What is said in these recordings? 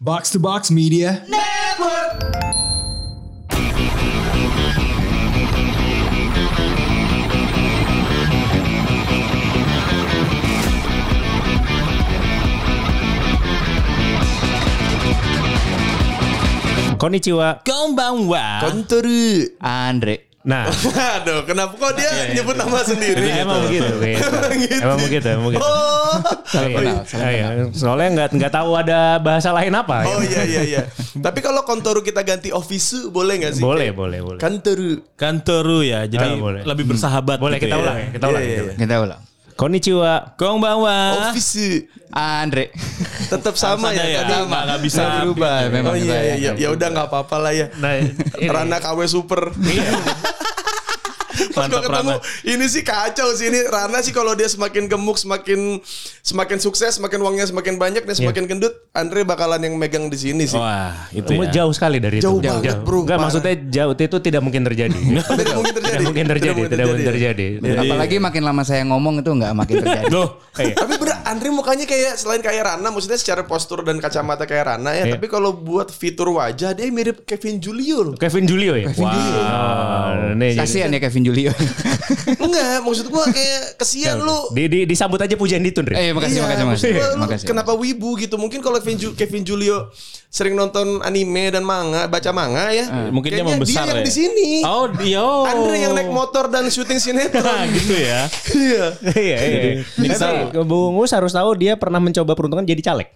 Box to Box Media. Konnichiwa. Konbanwa. Kontur. Andre. Nah, iya, Aduh, kenapa kok dia nyebut nama sendiri? emang gitu? begitu. kayaknya. Emang begitu, emang begitu. gitu. Oh, Iya, kenal, iya. Iya, Soalnya nggak nggak tahu ada bahasa lain apa. ya. oh iya iya iya. Tapi kalau kontoru kita ganti ofisu boleh nggak sih? Boleh, boleh, boleh. Kantoru. Kantoru ya, Ah, jadi boleh. lebih bersahabat. Boleh gitu kita ya. ulang ya, kita ulang. Iya, kita iya, ulang. Kita ulang. Konnichiwa. Konbanwa. Ofisu Ah, Andre. tetap sama Harus ada ya. ya, tadi. nggak- nggak bisa. Nggak berubah, memang Oh iya kita iya. ya. iya. Ya udah nggak apa-apa lah ya. Nah, ini- Rana KW super. Iya. Pas gua Mantap, ketemu Rana. ini sih kacau sih ini Rana sih kalau dia semakin gemuk semakin semakin sukses semakin uangnya semakin banyak dan semakin gendut Andre bakalan yang megang di sini sih. Wah, itu Kamu ya. jauh sekali dari Jauh itu. banget, bro. Enggak, Parah. maksudnya jauh itu tidak mungkin terjadi. Tidak mungkin terjadi. ya. Tidak mungkin terjadi, tidak mungkin terjadi. Jadi- Apalagi makin lama saya ngomong itu nggak makin terjadi. Loh, Iya. Tapi bener Andre mukanya kayak selain kayak Rana maksudnya secara postur dan kacamata kayak Rana ya, Iya. tapi kalau buat fitur wajah dia mirip Kevin Julio loh. Kevin Julio ya? Kevin Julio. Nih, jadi- Kasihan ya Kevin Julio. Enggak, maksud gua kayak kesian lu. Di, di, disambut aja pujian ditun, Rin. eh, makasih, Iya, makasih, maksud makasih. gua lu makasih. Kenapa wibu gitu? Mungkin kalau Kevin, Ju- Kevin Julio sering nonton anime dan manga, baca manga ya. Eh, mungkin dia kayaknya membesar dia yang ya. di sini. Oh, dia. oh. Andre yang naik motor dan syuting Nah, sinetron. gitu ya. Iya. Iya, iya. Tapi Bung Us harus tahu dia pernah mencoba peruntungan jadi caleg.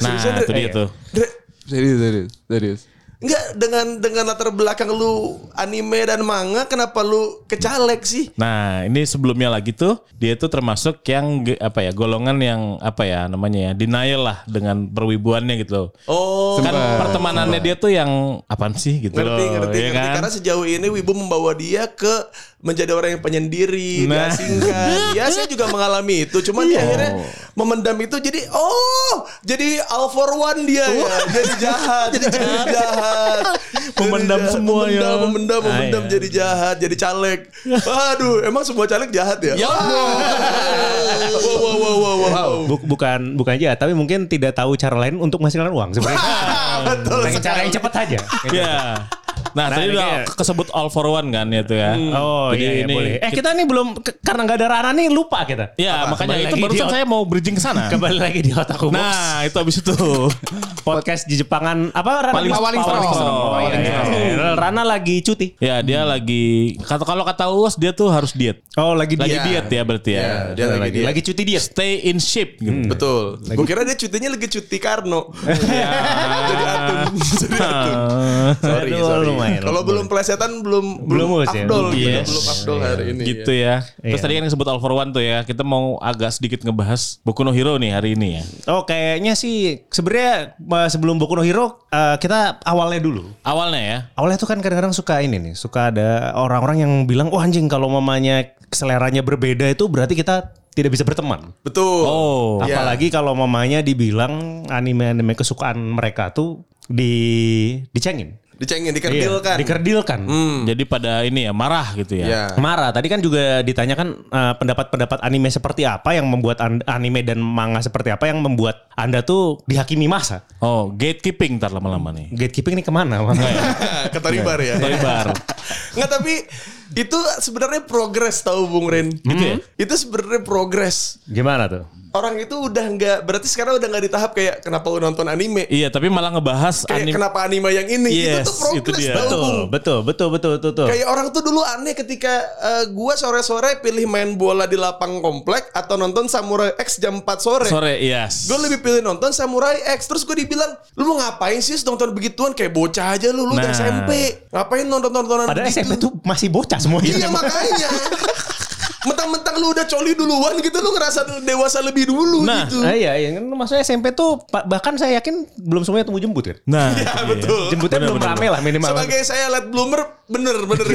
Nah, Seriusan, Dre? itu dia tuh. Dre, Serius, serius, serius. Enggak dengan dengan latar belakang lu anime dan manga kenapa lu kecalek sih? Nah, ini sebelumnya lagi tuh dia tuh termasuk yang ge- apa ya golongan yang apa ya namanya ya denial lah dengan perwibuannya gitu loh. Oh, kan pertemanannya dia tuh yang apaan sih gitu ngerti loh. ngerti ya ngerti kan? karena sejauh ini Wibu membawa dia ke menjadi orang yang penyendiri Nah. Iya. diasingkan ya saya juga mengalami itu cuman dia akhirnya memendam itu jadi oh jadi all for one dia ya jadi jahat jadi jahat, jahat. Memendam Jadi semua memendam, ya. memendam Ah, memendam iya. jadi jahat jadi caleg aduh emang semua caleg jahat ya Ya. wow wow wow wow, wow. Bu- bukan bukan aja, tapi mungkin tidak tahu cara lain untuk menghasilkan uang sebenarnya. betul Yang cara yang sekali. cepat aja. Ya. Nah, tadi ini udah kayak- kesebut all for one kan itu ya. Oh Jadi iya, iya ini boleh. Eh kita Iya, nih belum ke- karena nggak ada Rana nih lupa kita. Ya, Apa? makanya Kembali itu lagi barusan di- saya mau bridging ke sana. kembali lagi di otakku. Nah, Nah, itu habis itu. podcast di Jepangan apa Rana? Paling- Paling Paling Strong. Strong. Oh, iya, iya, iya. Rana lagi cuti. ya, dia lagi kata kalau kata Uwas dia tuh harus diet. Oh, lagi Lagi dia. diet ya berarti ya. Ya, dia lagi diet. Hmm. lagi cuti diet. Stay in shape gitu. Betul. Gue kira dia cutinya lagi cuti Karno. jadi atun. Gitu Jadi atun. ya. Sorry, Aduh, sorry. lumayan. Kalau belum pelesetan belum belum Belum us ya? afdol gitu. Yes. Belum afdol hari ini. gitu ya. Terus Iya. tadi kan disebut all for one tuh ya. Kita mau agak sedikit ngebahas Boku no Hero nih hari ini ya. Oh kayaknya sih sebenarnya eh, sebelum Boku no Hero eh, kita awalnya dulu. Awalnya ya. Awalnya tuh kan kadang-kadang suka ini nih, suka ada orang-orang yang bilang, "Wah anjing kalau mamanya seleranya berbeda itu berarti kita tidak bisa berteman." Betul. Oh. Ya. Apalagi kalau mamanya dibilang anime-anime kesukaan mereka tuh di dicengin. Dicengin, dikerdilkan. Hmm. Iya, dikerdilkan. Jadi pada ini ya marah gitu ya. Ya. Marah. Tadi kan juga ditanyakan eh, pendapat-pendapat anime seperti apa yang membuat an- anime dan manga seperti apa yang membuat Anda tuh dihakimi masa. Oh, gatekeeping ntar lama-lama nih. Gatekeeping ini kemana? Bang? Ke Toribar ya. Lebar. Nggak tapi itu sebenarnya progres tahu Bung Ren. Gitu ya? Itu sebenarnya progres. Gimana tuh? Orang itu udah nggak berarti sekarang udah nggak di tahap kayak kenapa lu nonton anime? Iya, tapi malah ngebahas Kayak anime. kenapa anime yang ini? itu Yes, tuh progres itu dia. tahu Bung. Betul, betul, betul, betul, betul. betul. Kayak orang tuh dulu aneh ketika eh, gua sore-sore pilih main bola di lapang komplek atau nonton Samurai X jam 4 sore. Sore, yes. Gue lebih pilih nonton Samurai X Terus gue dibilang Lu mau ngapain sih nonton begituan Kayak bocah aja lu Lu udah Nah. SMP Ngapain nonton-nontonan Padahal begitu? SMP tuh masih bocah semuanya. Iya makanya Mentang-mentang lu udah coli duluan gitu Lu ngerasa dewasa lebih dulu Nah, gitu Ah, iya, iya. Kan Maksudnya SMP tuh pa- bahkan saya yakin belum semuanya tumbuh jembut kan? Nah, Iya, Betul Jembutnya belum rame lah minimal. Sebagai saya late bloomer Bener bener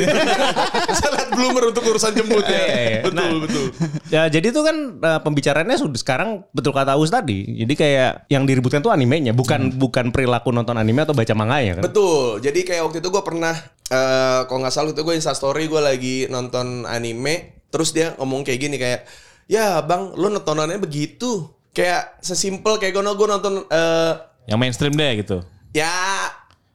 Saya late bloomer untuk urusan jemput ya Iya, iya. Betul Nah. betul Ya, jadi itu kan eh, pembicaraannya sudah sekarang betul kata Aus tadi. Jadi kayak yang diributkan tuh animenya, bukan bukan perilaku nonton anime atau baca manganya kan. Betul. Jadi kayak waktu itu gue pernah eh kalau nggak salah waktu itu gue instastory gue lagi nonton anime, terus dia ngomong kayak gini kayak, ya bang, lu nontonannya begitu. Kayak sesimpel kayak gue gue nonton eh Yang mainstream deh gitu. Ya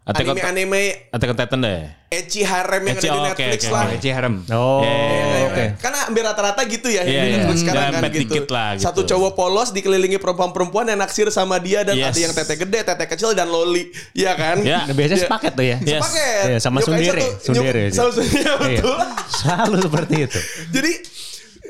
Attack on- anime-anime Attack on Titan deh. ecchi harem yang Ecchi, ada di oke, Netflix lah. oke, Ya, oke. Ece Harem. Oh, Eh, Yeah. oke. Karena hampir rata-rata gitu ya Iya, di iya. Netflix sekarang kan Nyerempet gitu. dikit lah gitu. Satu cowok polos dikelilingi perempuan-perempuan yang naksir sama dia dan Yes. ada yang tete gede, tete kecil dan loli, Iya kan? Ya. Nah, biasanya Iya. sepaket tuh ya. Iya. Yes. Sepaket. Iya, sama Nyukai sundere, satu- nyuk- sundere aja. Sama sundere Iya. betul. Selalu seperti itu. Jadi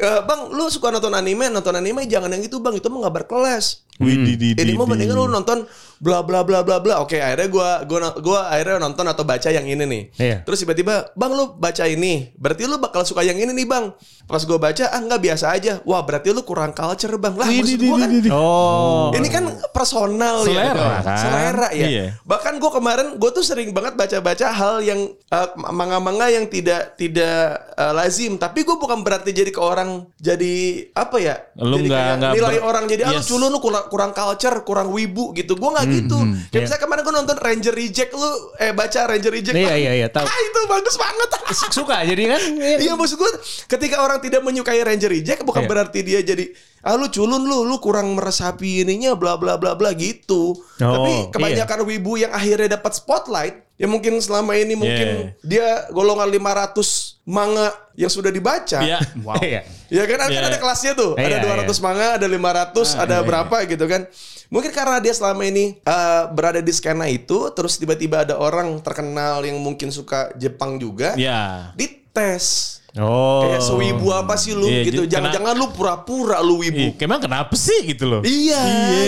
eh, Bang, lu suka nonton anime, nonton anime jangan yang itu Bang, itu mah nggak berkelas. Ini mau mendingan lu nonton bla bla bla bla bla. Oke, akhirnya gua gua gua akhirnya nonton atau baca yang ini nih. Iya. Terus tiba-tiba, "Bang, lu baca ini. Berarti lu bakal suka yang ini nih, Bang." Pas gua baca, "Ah, enggak biasa aja." Wah, berarti lu kurang culture, Bang. Lah, maksud gua kan Oh. ini kan personal ya. Selera, Bang. kan? Selera ya. Iya. Bahkan gue kemarin gue tuh sering banget baca-baca hal yang eh, manga-manga yang tidak tidak eh, lazim. Tapi gue bukan berarti jadi ke orang jadi apa ya? Lu jadi nggak- kayak nggak nilai ber- orang jadi ah, lu Yes. culun, lu kurang, kurang culture, kurang wibu gitu. Gue Hmm, nggak gitu. Kayak misalnya kemarin gue nonton Ranger Reject lu eh baca Ranger Reject. Iya, Bang. iya, iya, tahu. Ah, itu bagus banget. Suka jadi kan? Iya maksud gue ketika orang tidak menyukai Ranger Jack bukan Iya. berarti dia jadi ah lu culun lu lu kurang meresapi ininya bla bla bla bla gitu. Oh, Tapi kebanyakan wibu yang akhirnya dapat spotlight ya mungkin selama ini mungkin dia golongan 500 manga yang sudah dibaca. Iya. Iya. Ya kan, kan Iya. ada kelasnya tuh. Iya, Ah, ada 200 iya. manga, ada 500, ada berapa gitu kan. Mungkin karena dia selama ini eh, berada di skena itu, terus tiba-tiba ada orang terkenal yang mungkin suka Jepang juga, Iya. dites. Oh. Kayak sewibu apa sih lu Iya, gitu. jadi kena- Jangan-jangan lu pura-pura lu Ih, wibu. Emang kenapa sih gitu loh? Iya,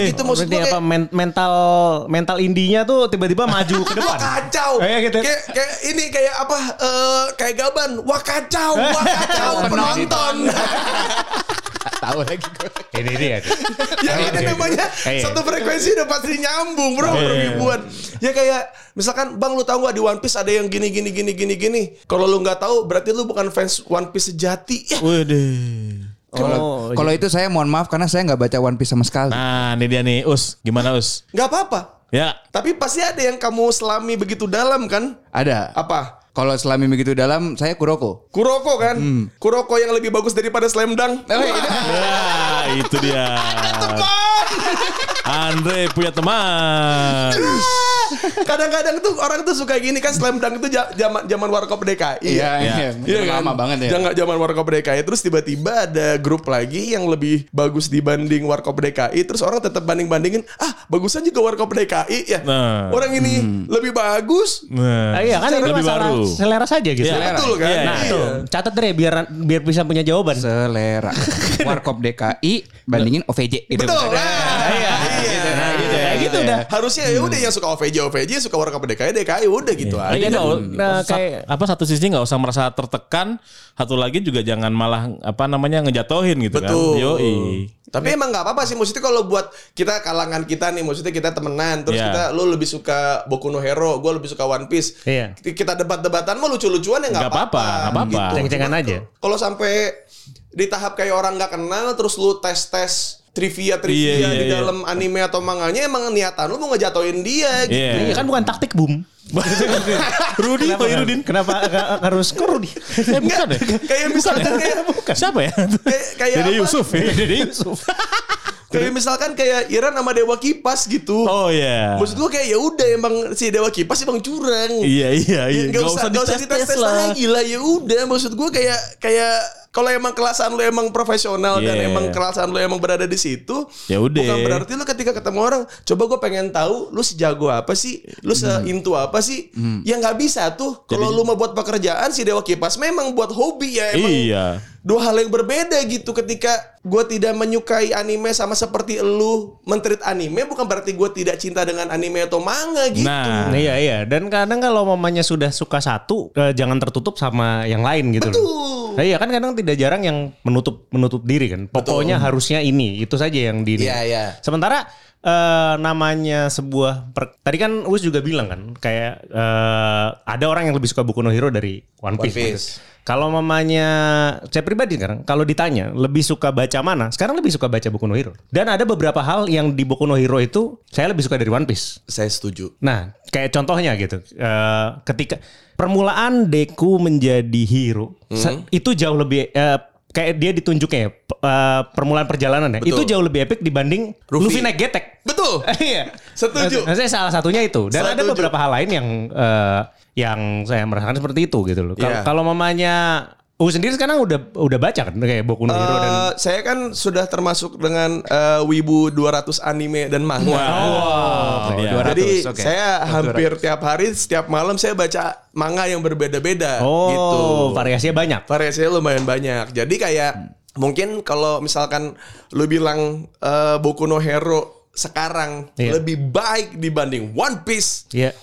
gitu maksud Berarti gue apa kayak men- mental mental indinya tuh tiba-tiba maju Wah ke depan. kacau Kayak gitu. kayak, kayak ini kayak apa eh, Kayak gaban Wah kacau Wah kacau Penonton Tak tahu lagi gue. Ini dia. Ya ini namanya Iya. Satu frekuensi udah pasti nyambung bro Perwibuan Ya kayak Misalkan Bang lu tahu gak di One Piece Ada yang gini gini gini gini gini Kalau lu gak tahu Berarti lu bukan fans One Piece sejati Ya Waduh. Kalau Oh, kalau itu saya mohon maaf karena saya nggak baca One Piece sama sekali. Nah, ini dia nih, Us. Gimana, Us? gak apa-apa Ya. Tapi pasti ada yang kamu selami begitu dalam kan Ada. Apa? Kalau selami begitu dalam, saya Kuroko. Kuroko kan? Hmm. Kuroko yang lebih bagus daripada Slam Dunk. Oh, Ya, itu dia. Teman! Andre punya teman. Kadang-kadang tuh orang tuh suka gini kan Slam Dunk itu ja- zaman zaman Warkop DKI. Iya. Itu kan? Lama banget ya. Jangan zaman Warkop DKI terus tiba-tiba ada grup lagi yang lebih bagus dibanding Warkop DKI terus orang tetap banding-bandingin, ah bagusan juga Warkop DKI ya. Nah. Orang ini Hmm. lebih bagus. Nah, Ah, iya kan ini lebih masalah baru. selera saja gitu. Iya. Selera. Betul kan? Iya, Nah, iya. tuh, catat deh biar biar bisa punya jawaban. Selera. Warkop DKI bandingin OVJ. Gitu Betul. misalnya. Nah, Iya. Nah, gitu, kayak gitu udah. Harusnya ya udah yang suka OVJ OVJ suka Warkop DKI DKI udah gitu aja. Jadi nggak u- Nah, sat- Iya. kayak- apa satu sisi nggak usah merasa tertekan, satu lagi juga jangan malah apa namanya ngejatohin gitu Betul. kan. Yoi. Tapi emang nggak apa-apa sih maksudnya kalau buat kita kalangan kita nih maksudnya kita temenan terus Iya. kita lu lebih suka Boku no Hero, gue lebih suka One Piece. Iya. Kita debat-debatan mah lucu-lucuan ya nggak Nggak apa-apa, apa-apa. Gitu. nggak apa-apa. Ceng-cengan aja. Kalau sampai di tahap kayak orang nggak kenal terus lu tes-tes trivia-trivia Iya, iya, di iya. dalam anime atau manganya emang niatan lu mau ngejatoin dia gitu. Iya. Iya kan bukan taktik boom. Rudi, Kenapa, Pak Irudin. Kenapa nggak harus ke Rudi? Eh, bukan ya? Kayak misalkan kayak Siapa ya? kayak, kayak Dede apa? Yusuf. ya? Dede Yusuf. Kayak misalkan kayak Iran sama Dewa Kipas gitu. Oh iya. Maksud gue kayak ya udah emang si Dewa Kipas emang curang. Iya iya iya. Gak, usah, gak usah dites tes lagi lah ya udah maksud gue kayak kayak kalau emang kelasan lu emang profesional dan Yeah. emang kelasan lu emang berada di situ Ya udah. bukan berarti lu ketika ketemu orang coba gue pengen tahu lu sejago apa sih lu Hmm. seintu apa sih ya nggak bisa tuh kalau lu mau buat pekerjaan si dewa kipas memang buat hobi ya emang Iya. dua hal yang berbeda gitu ketika gue tidak menyukai anime sama seperti lu mentreat anime bukan berarti gue tidak cinta dengan anime atau manga gitu Nah, Nah, iya iya dan kadang kalau mamanya sudah suka satu eh, jangan tertutup sama yang lain gitu loh. Tuh. Nah, iya kan kadang tidak jarang yang menutup menutup diri kan. Pokoknya harusnya ini itu saja yang di. Iya, iya. Sementara eh, namanya sebuah per- tadi kan Us juga bilang kan kayak eh, ada orang yang lebih suka buku no hero dari One Piece. Piece. gitu. Kalau mamanya saya pribadi sekarang kalau ditanya lebih suka baca mana? Sekarang lebih suka baca buku no hero. Dan ada beberapa hal yang di buku no hero itu saya lebih suka dari One Piece. saya setuju Nah, kayak contohnya gitu, eh, Hmm. ketika permulaan Deku menjadi hero, sa- itu jauh lebih eh, kayak dia ditunjuknya ya, p- eh, permulaan perjalanan ya. Itu Betul. jauh lebih epic dibanding Ruffy. Luffy, naik getek. Betul. Iya. Setuju. Maksudnya salah satunya itu. Dan ada Setuju. beberapa hal lain yang eh, yang saya merasakan seperti itu gitu loh. Kalau Iya. kalau mamanya U sendiri sekarang udah udah baca kan kayak Boku no Hero dan Eh, saya kan sudah termasuk dengan eh, Wibu 200 anime dan manga. Wow. Oke, Iya. 200, Jadi oke. saya hampir tiap hari, setiap malam saya baca manga yang berbeda-beda. Oh, gitu. variasinya banyak. Variasinya lumayan banyak. Jadi kayak Hmm. mungkin kalau misalkan lu bilang eh, Boku no Hero sekarang Iya. lebih baik dibanding One Piece, Iya.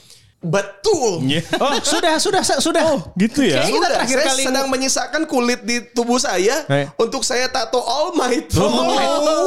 betul. Iya. Oh, sudah sudah sudah. Oh, gitu ya? Kayaknya kita Sudah, terakhir saya kali sedang menyisakan kulit di tubuh saya Eh. untuk saya tato All Might. Oh.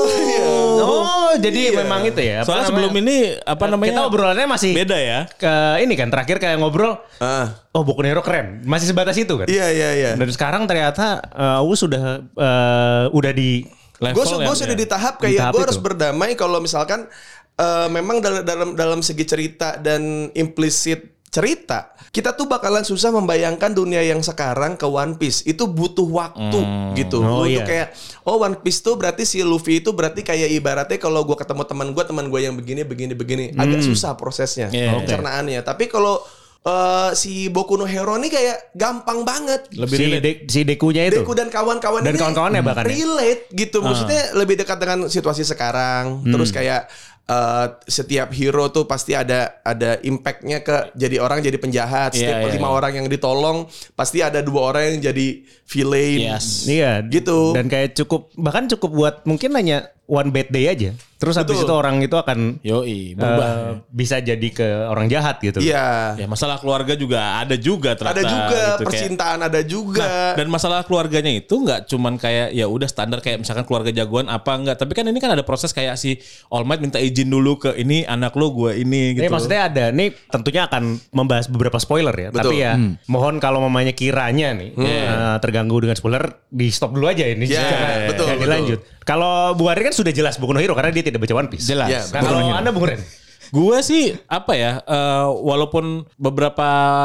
Iya. Oh, jadi memang itu iya. ya. Soalnya sebelum ini apa namanya? kita obrolannya masih beda ya. ke ini kan terakhir kayak ngobrol Ah, oh Boku no Hero keren. Masih sebatas itu kan. Iya iya iya. Dan sekarang ternyata eh, U sudah eh, udah di Gue Level yang- sudah di tahap ya, Di tahap kayak gue itu. harus berdamai kalau misalkan eh, memang dal- dalam dalam segi cerita dan implisit cerita kita tuh bakalan susah membayangkan dunia yang sekarang ke One Piece itu butuh waktu gitu. Lu Oh, tuh iya. kayak oh One Piece tuh berarti si Luffy itu berarti kayak ibaratnya kalau gue ketemu teman gue teman gue yang begini begini begini Hmm. agak susah prosesnya Iya, oke. pencernaannya. Tapi kalau eh, si Boku no Hero ini kayak gampang banget Lebih si, relate. Dek- si Dekunya itu. Deku dan kawan-kawan Dan ini kawan-kawannya bahkan ya. relate gitu. Maksudnya lebih dekat dengan situasi sekarang. Terus kayak eh, setiap hero tuh pasti ada ada impactnya ke jadi orang jadi penjahat. Setiap Iya, iya, lima iya. orang yang ditolong pasti ada dua orang yang jadi villain. Yes. Iya, Gitu. Dan kayak cukup bahkan cukup buat mungkin hanya one bad day aja. Terus habis Betul. itu orang itu akan Yoi, berubah. eh, bisa jadi ke orang jahat gitu. Iya. ya masalah keluarga juga ada juga ternyata. Ada juga gitu, kayak- percintaan ada juga. dan masalah keluarganya itu nggak cuman kayak ya udah standar kayak misalkan keluarga jagoan apa enggak tapi kan ini kan ada proses kayak si All Might minta izin dulu ke ini anak lo gue ini Ini gitu maksudnya ada nih tentunya akan membahas beberapa spoiler ya. Tapi ya mohon kalau mamanya kiranya nih eh, terganggu dengan spoiler di stop dulu aja ini. Hmm. Ya, Jangan- betul, jangan betul. dilanjut. Kalau Bu Ari kan sudah jelas Boku no Hero karena dia tidak baca One Piece. jelas Ya, Nah, kalau Anda Bung Ren. Iya, Gue sih apa ya, eh, walaupun beberapa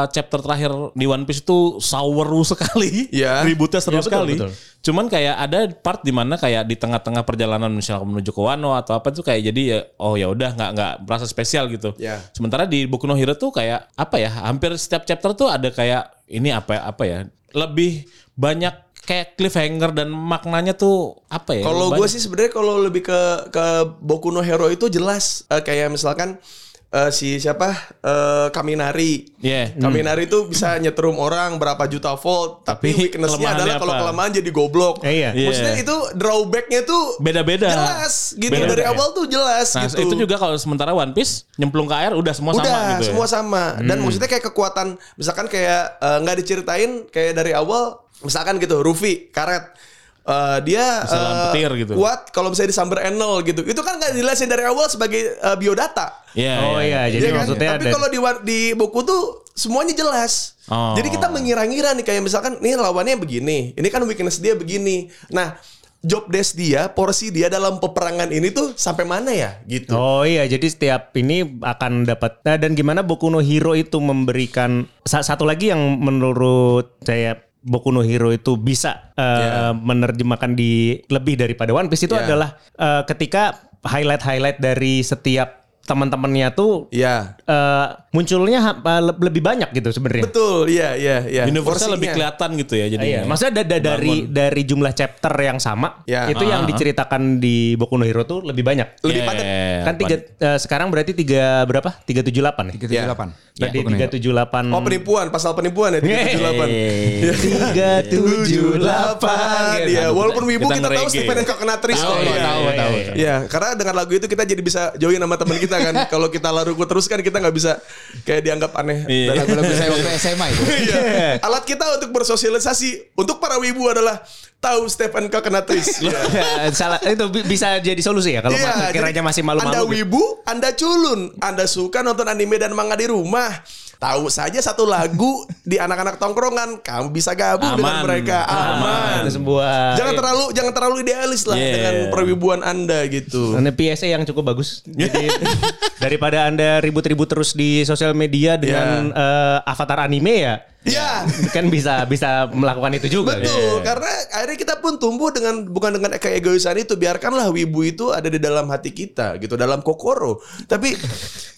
chapter terakhir di One Piece itu sour sekali, Iya. ributnya seru Iya, betul, sekali. betul. Cuman kayak ada part di mana kayak di tengah-tengah perjalanan misalnya menuju ke Wano atau apa tuh kayak jadi ya oh ya udah nggak nggak merasa spesial gitu. Iya. Sementara di Boku no Hero tuh kayak apa ya, hampir setiap chapter tuh ada kayak ini apa apa ya, lebih banyak kayak cliffhanger dan maknanya tuh apa ya? Kalau gue banyak. sih sebenarnya kalau lebih ke ke Boku no Hero itu jelas Eh, kayak misalkan eh, si siapa Eh, Kaminari. Iya. Kaminari itu bisa nyetrum orang berapa juta volt, tapi, Tapi weakness-nya kelemahannya adalah kalau apa? kelamaan jadi goblok. Eh, iya. Maksudnya Iya. itu drawback-nya tuh Beda-beda. Jelas gitu Beda-beda, dari ya. awal tuh jelas Nah, gitu. itu juga kalau sementara One Piece nyemplung ke air udah semua udah sama gitu. ya. semua sama dan maksudnya kayak kekuatan misalkan kayak eh, nggak diceritain kayak dari awal misalkan gitu Rufi karet Eh, dia Bisa lawan eh, petir gitu. kuat kalau misalnya disamber enel gitu itu kan nggak dijelasin dari awal sebagai eh, biodata Iya, oh iya. iya, jadi Iya kan? maksudnya Tapi ada kalau di war- di buku tuh semuanya jelas. Oh. Jadi kita mengira-ngira nih kayak misalkan nih lawannya begini, ini kan weakness dia begini. Nah, job desk dia, porsi dia dalam peperangan ini tuh sampai mana ya gitu. Oh iya, jadi setiap ini akan dapat. Nah, dan gimana Boku no Hero itu memberikan sa- satu lagi yang menurut saya Boku no Hero itu bisa eh, menerjemahkan di lebih daripada One Piece itu Yeah. adalah eh, ketika highlight-highlight dari setiap teman-temannya tuh Iya. eh, munculnya ha- eh, le- lebih banyak gitu sebenarnya. Betul, iya iya iya. Eh. Universe-nya Porsinya. lebih kelihatan gitu ya jadi. Iya, maksudnya da- da- dari dari jumlah chapter yang sama Yeah. itu yang diceritakan di Boku no Hero tuh lebih banyak. lebih padat. Iya, kan tiga, eh, sekarang berarti tiga berapa? 378 ya? 378. Tadi Boku no Hero. Hmm. 378 Oh penipuan, pasal penipuan ya 378. 378 378 ya. Walaupun Wibu kita, Kita tahu nge-reggae. Stephen Hancock kena Tris. Tahu, Iya, tahu, iya, tahu. iya. Iya, karena dengan lagu itu kita jadi bisa join sama teman kita kan. Kalau kita laruku terus kan kita nggak bisa kayak dianggap aneh. Iya. Dan lagu-lagu Lagu saya saya waktu SMA itu. Iya. Alat kita untuk bersosialisasi untuk para wibu adalah tahu Stephen Hancock kena Tris. Iya. Salah itu bi- bisa jadi solusi ya kalau Iya, jadi yeah, kiranya masih Anda malu-malu. gitu. wibu, Anda culun, Anda suka nonton anime dan manga di rumah. Tahu saja satu lagu di anak-anak tongkrongan, kamu bisa gabung dengan Aman. mereka. Aman. Itu sebuah Jangan terlalu jangan terlalu idealis lah Yeah. dengan perwibuan Anda gitu. Ini PSA yang cukup bagus. Jadi Iya. daripada Anda ribut-ribut terus di sosial media dengan eh, avatar anime ya. Ya, kan bisa bisa melakukan itu juga. kan? Betul, karena akhirnya kita pun tumbuh dengan bukan dengan keegoisan itu. Biarkanlah wibu itu ada di dalam hati kita gitu, dalam kokoro. Tapi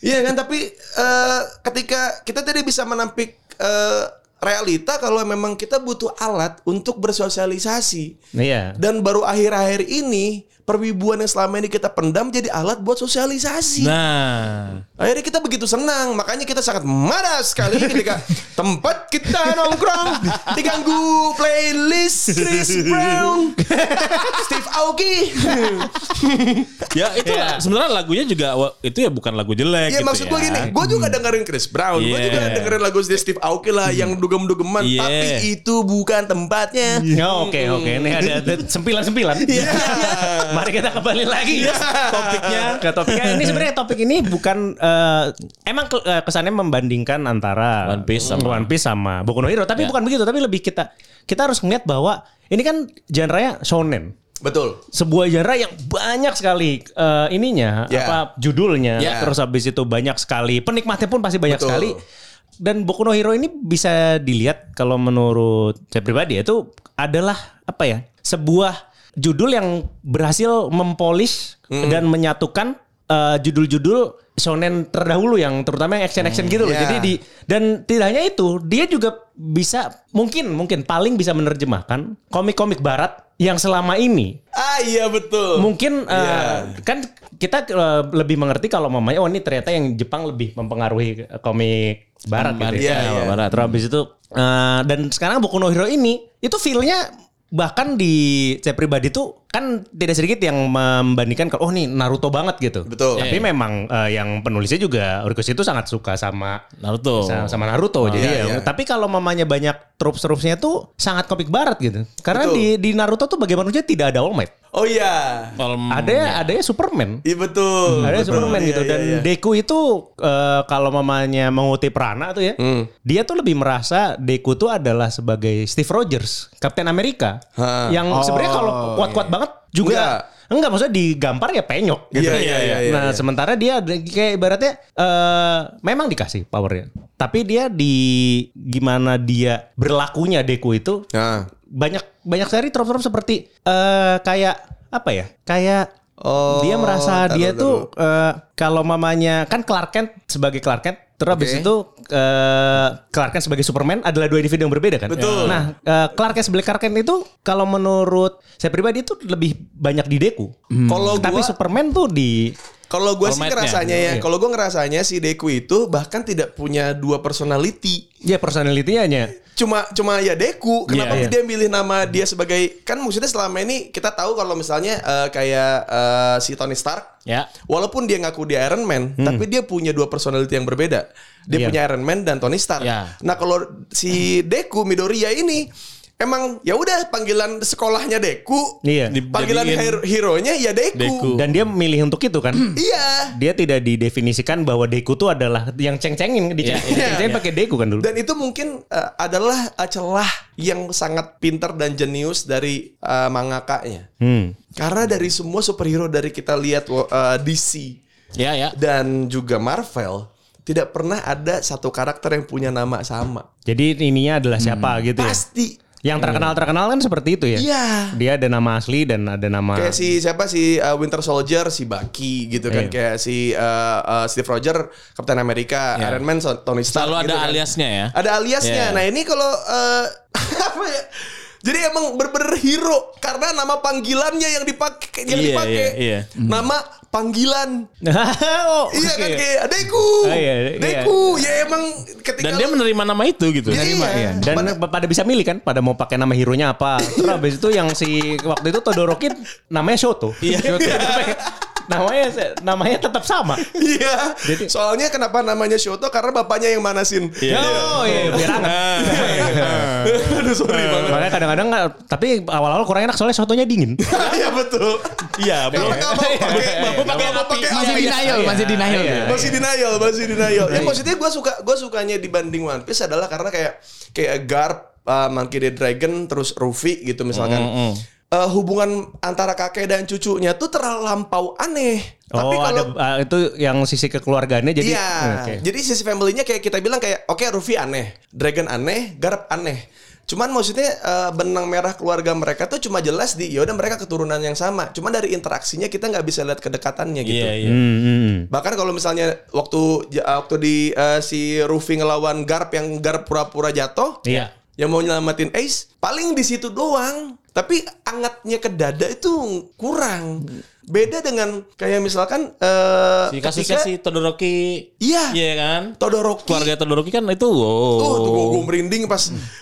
iya kan, tapi eh, ketika kita tidak bisa menampik eh, realita kalau memang kita butuh alat untuk bersosialisasi. Iya. Dan baru akhir-akhir ini perwibuan yang selama ini kita pendam jadi alat buat sosialisasi. Nah, Akhirnya kita begitu senang, makanya kita sangat marah sekali ketika tempat kita nongkrong diganggu playlist Chris Brown, Steve Aoki. ya itu sebenarnya lagunya juga wa- itu ya bukan lagu jelek. ya gitu Iya. maksud gue ya. gini, gue juga dengerin Chris Brown, gue Yeah. juga dengerin lagu Steve Aoki lah yang dugem-dugeman, Yeah. tapi itu bukan tempatnya. Ya, Oke oke ini ada, ada sempilan-sempilan. Mari kita kembali lagi topiknya Iya. ke topiknya. Ini sebenarnya topik ini bukan eh, emang ke- eh, kesannya membandingkan antara One Piece sama- Ya. One Piece sama Boku no Hero, tapi bukan begitu, tapi lebih kita kita harus melihat bahwa ini kan genre-nya shonen. Betul. Sebuah genre yang banyak sekali eh, ininya Ya. apa judulnya Ya. terus habis itu banyak sekali penikmatnya pun pasti banyak Betul. sekali. Dan Boku no Hero ini bisa dilihat kalau menurut saya pribadi itu adalah apa ya? Sebuah judul yang berhasil mempolish Hmm. dan menyatukan eh, judul-judul shonen terdahulu yang terutama yang action-action gitu loh. ya. Jadi di dan tidak hanya itu, dia juga bisa mungkin mungkin paling bisa menerjemahkan komik-komik barat yang selama ini Ah iya betul. mungkin eh, kan kita eh, lebih mengerti kalau mamanya oh ini ternyata yang Jepang lebih mempengaruhi eh, komik barat Hmm, gitu Iya, ya. iya. Barat. Terus habis itu eh, dan sekarang Boku no Hero ini itu feel-nya bahkan di saya pribadi tuh kan tidak sedikit yang membandingkan kalau oh nih Naruto banget gitu. Betul. Tapi memang eh, yang penulisnya juga Horikoshi itu sangat suka sama Naruto. sama, sama Naruto jadi iya, ya. iya. Tapi kalau mamanya banyak troops-troopsnya tuh sangat komik barat gitu. Karena Betul. di di Naruto tuh bagaimana aja tidak ada All Might. Oh iya. Kalau Ada adanya Superman. Iya betul. Ada Superman Iya, gitu dan Deku itu eh, kalau mamanya mengutip Rana tuh ya, Hmm. dia tuh lebih merasa Deku tuh adalah sebagai Steve Rogers, Kapten Amerika, Ha. yang sebenarnya kalau kuat-kuat banget juga Enggak. enggak. maksudnya digampar ya penyok gitu. Iya, iya, iya, iya, nah, sementara dia ada- kayak ibaratnya eh, memang dikasih powernya. Tapi dia di gimana dia berlakunya Deku itu Nah. banyak banyak sekali trop-trop seperti eh kayak apa ya? Kayak Oh, dia merasa taruh, dia taruh. tuh eh, kalau mamanya kan Clark Kent sebagai Clark Kent terus habis Oke. itu eh, Clark Kent sebagai Superman adalah dua individu yang berbeda kan. Betul. Nah, eh, Clark Kent sebagai Clark Kent itu kalau menurut saya pribadi itu lebih banyak di Deku. Kalau Oh, Tapi gua- Superman tuh di Kalau gue All sih Might-nya. ngerasanya ya, Iya. kalau gue ngerasanya si Deku itu bahkan tidak punya dua personality. ya personality-nya hanya Cuma cuma ya Deku, kenapa Iya, iya. dia milih nama dia sebagai kan maksudnya selama ini kita tahu kalau misalnya eh, kayak eh, si Tony Stark Ya. Walaupun dia ngaku dia Iron Man, tapi dia punya dua personality yang berbeda. Dia Hmm. Iya. punya Iron Man dan Tony Stark. Iya. Nah, kalau si Deku Midoriya ini emang ya udah panggilan sekolahnya Deku. Iya. Panggilan Dijadiin hero- hero-nya ya Deku. Deku. dan dia memilih untuk itu kan. Iya. dia tidak didefinisikan bahwa Deku tuh adalah yang ceng-cengin, diceng-cengin iya, diceng-cengin iya. pakai Deku kan dulu. Dan itu mungkin eh, adalah eh, celah yang sangat pintar dan jenius dari eh, mangakanya. Hmm. Karena dari semua superhero dari kita lihat eh, DC Ya ya. dan juga Marvel tidak pernah ada satu karakter yang punya nama sama. Jadi ininya adalah siapa gitu Hmm. ya. Pasti. Yang terkenal-terkenal kan seperti itu ya. Nah. Iya. Dia ada nama asli dan ada nama Kayak si siapa si uh, Winter Soldier si Bucky gitu kan Iya. kayak si uh, uh, Steve Rogers Captain America Iya. Iron Man so- Tony Stark Selalu ada gitu kan. aliasnya ya. ada aliasnya Iya. nah ini kalau uh, apa ya jadi emang bener-bener hero karena nama panggilannya yang dipakai yang Iya, dipakai iya, iya. nama panggilan oh, iya kan oke. kayak Deku Oh, iya, iya. Deku ya emang ketika Dan dia lu- menerima nama itu gitu. Iya. Menerima, iya. Dan pada bisa milih kan, pada mau pakai nama hero-nya apa. Iya. Terus habis itu yang si waktu itu Todoroki namanya Shoto. Iya. namanya namanya tetap sama. Iya. Soalnya kenapa namanya Shoto karena bapaknya yang manasin. Oh iya, biar anget. Nah. Iya. Aduh sorry banget. Makanya kadang-kadang nggak- tapi awal-awal kurang enak soalnya sotonya dingin. Iya betul. Iya, Karena nggak mau pakai, Bapak pakai nggak mau api. pakai Masih api. denial, masih denial. Iya. dia. Masih denial, masih denial. Ya maksudnya gue suka, gue sukanya dibanding One Piece Mm, adalah karena kayak kayak Garp, uh, Monkey the Dragon, terus Ruffy gitu misalkan. eh, hubungan antara kakek dan cucunya tuh terlampau aneh. Tapi oh, kalau ada ah, itu yang sisi kekeluargaannya jadi Hmm, iya. oke. Jadi sisi family-nya kayak kita bilang kayak oke Rufi aneh, Dragon aneh, Garp aneh. Cuman maksudnya eh, benang merah keluarga mereka tuh cuma jelas di yaudah mereka keturunan yang sama. Cuman dari interaksinya kita nggak bisa lihat kedekatannya gitu. Iya, iya. Hmm, hmm, hmm. Bahkan kalau misalnya waktu ja- waktu di eh, si Rufi ngelawan Garp yang Garp pura-pura jatuh, Iya. yang mau nyelamatin Ace, paling di situ doang. Tapi angatnya ke dada itu kurang. Beda dengan kayak misalkan eh Si kasusnya ketika- si Todoroki. Iya. Iya kan? Todoroki. Keluarga Hmm. Todoroki kan itu wow. Oh, tuh gue merinding pas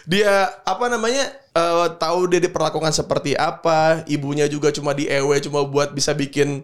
dia apa namanya eh, tahu dia diperlakukan seperti apa, ibunya juga cuma di ewe cuma buat bisa bikin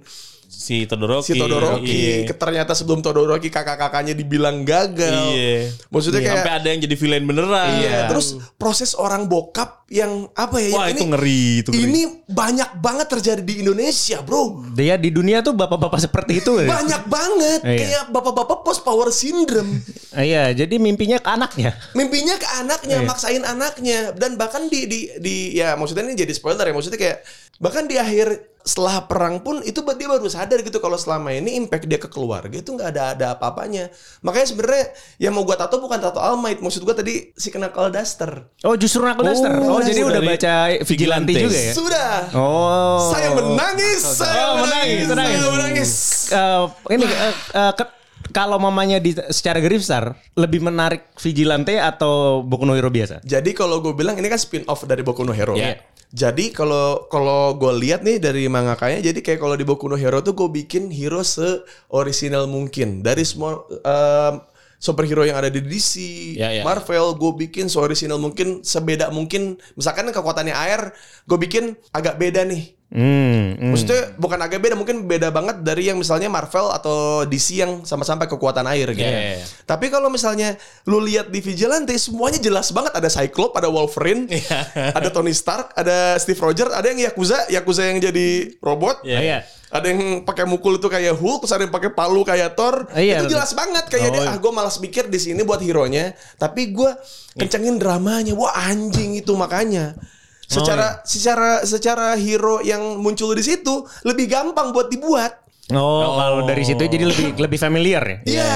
si Todoroki. si Todoroki. Iya. Ke- Ternyata sebelum Todoroki kakak-kakaknya dibilang gagal. Iya. Maksudnya Iya, kayak sampai ada yang jadi villain beneran. iya, terus proses orang bokap yang apa ya? Wah, yang itu ngeri, itu ngeri. Ini banyak banget terjadi di Indonesia, Bro. Dia di dunia tuh bapak-bapak seperti itu. ya? Banyak banget Iya. kayak bapak-bapak post power syndrome. Ah, Iya, jadi mimpinya ke anaknya. mimpinya ke anaknya, Iya. maksain anaknya dan bahkan di di di ya maksudnya ini jadi spoiler ya maksudnya kayak bahkan di akhir setelah perang pun itu dia baru sadar gitu kalau selama ini impact dia ke keluarga itu nggak ada ada apa-apanya. Makanya sebenarnya yang mau gua tato bukan tato almight, maksud gua tadi si kenakal duster. Oh, justru Knuckle Duster. Oh, Oh, jadi dari udah baca Vigilante Vigilante. juga ya. Sudah. Oh. Saya menangis, saya Oh, menangis, menangis, menangis. saya menangis. Eh, ini eh, eh, ke- kalau mamanya di secara grifstar lebih menarik Vigilante atau Boku no Hero biasa? Jadi kalau gue bilang ini kan spin off dari Boku no Hero. Iya. Jadi kalau kalau gue lihat nih dari manga kayaknya jadi kayak kalau di Boku no Hero tuh gue bikin hero se original mungkin dari semua em, superhero yang ada di DC, Ya, ya. Marvel, gue bikin se original mungkin sebeda mungkin. Misalkan kekuatannya air, gue bikin agak beda nih. Hmm, hmm. Maksudnya bukan agak beda, mungkin beda banget dari yang misalnya Marvel atau DC yang sama-sama kekuatan air gitu. Iya, iya, iya. Tapi kalau misalnya lu lihat di Vigilante semuanya jelas banget ada Cyclops, ada Wolverine, ada Tony Stark, ada Steve Rogers, ada yang Yakuza, Yakuza yang jadi robot. Iya. Iya. Ada yang pakai mukul itu kayak Hulk, terus ada yang pakai palu kayak Thor. Iya, Oh, itu jelas banget kayak dia ah gue malas mikir di sini buat hero-nya, tapi gue Iya. kencengin dramanya. Wah anjing itu makanya. Oh, Secara iya. secara secara hero yang muncul di situ lebih gampang buat dibuat. Oh, kalau dari situ jadi lebih lebih familiar ya. Iya.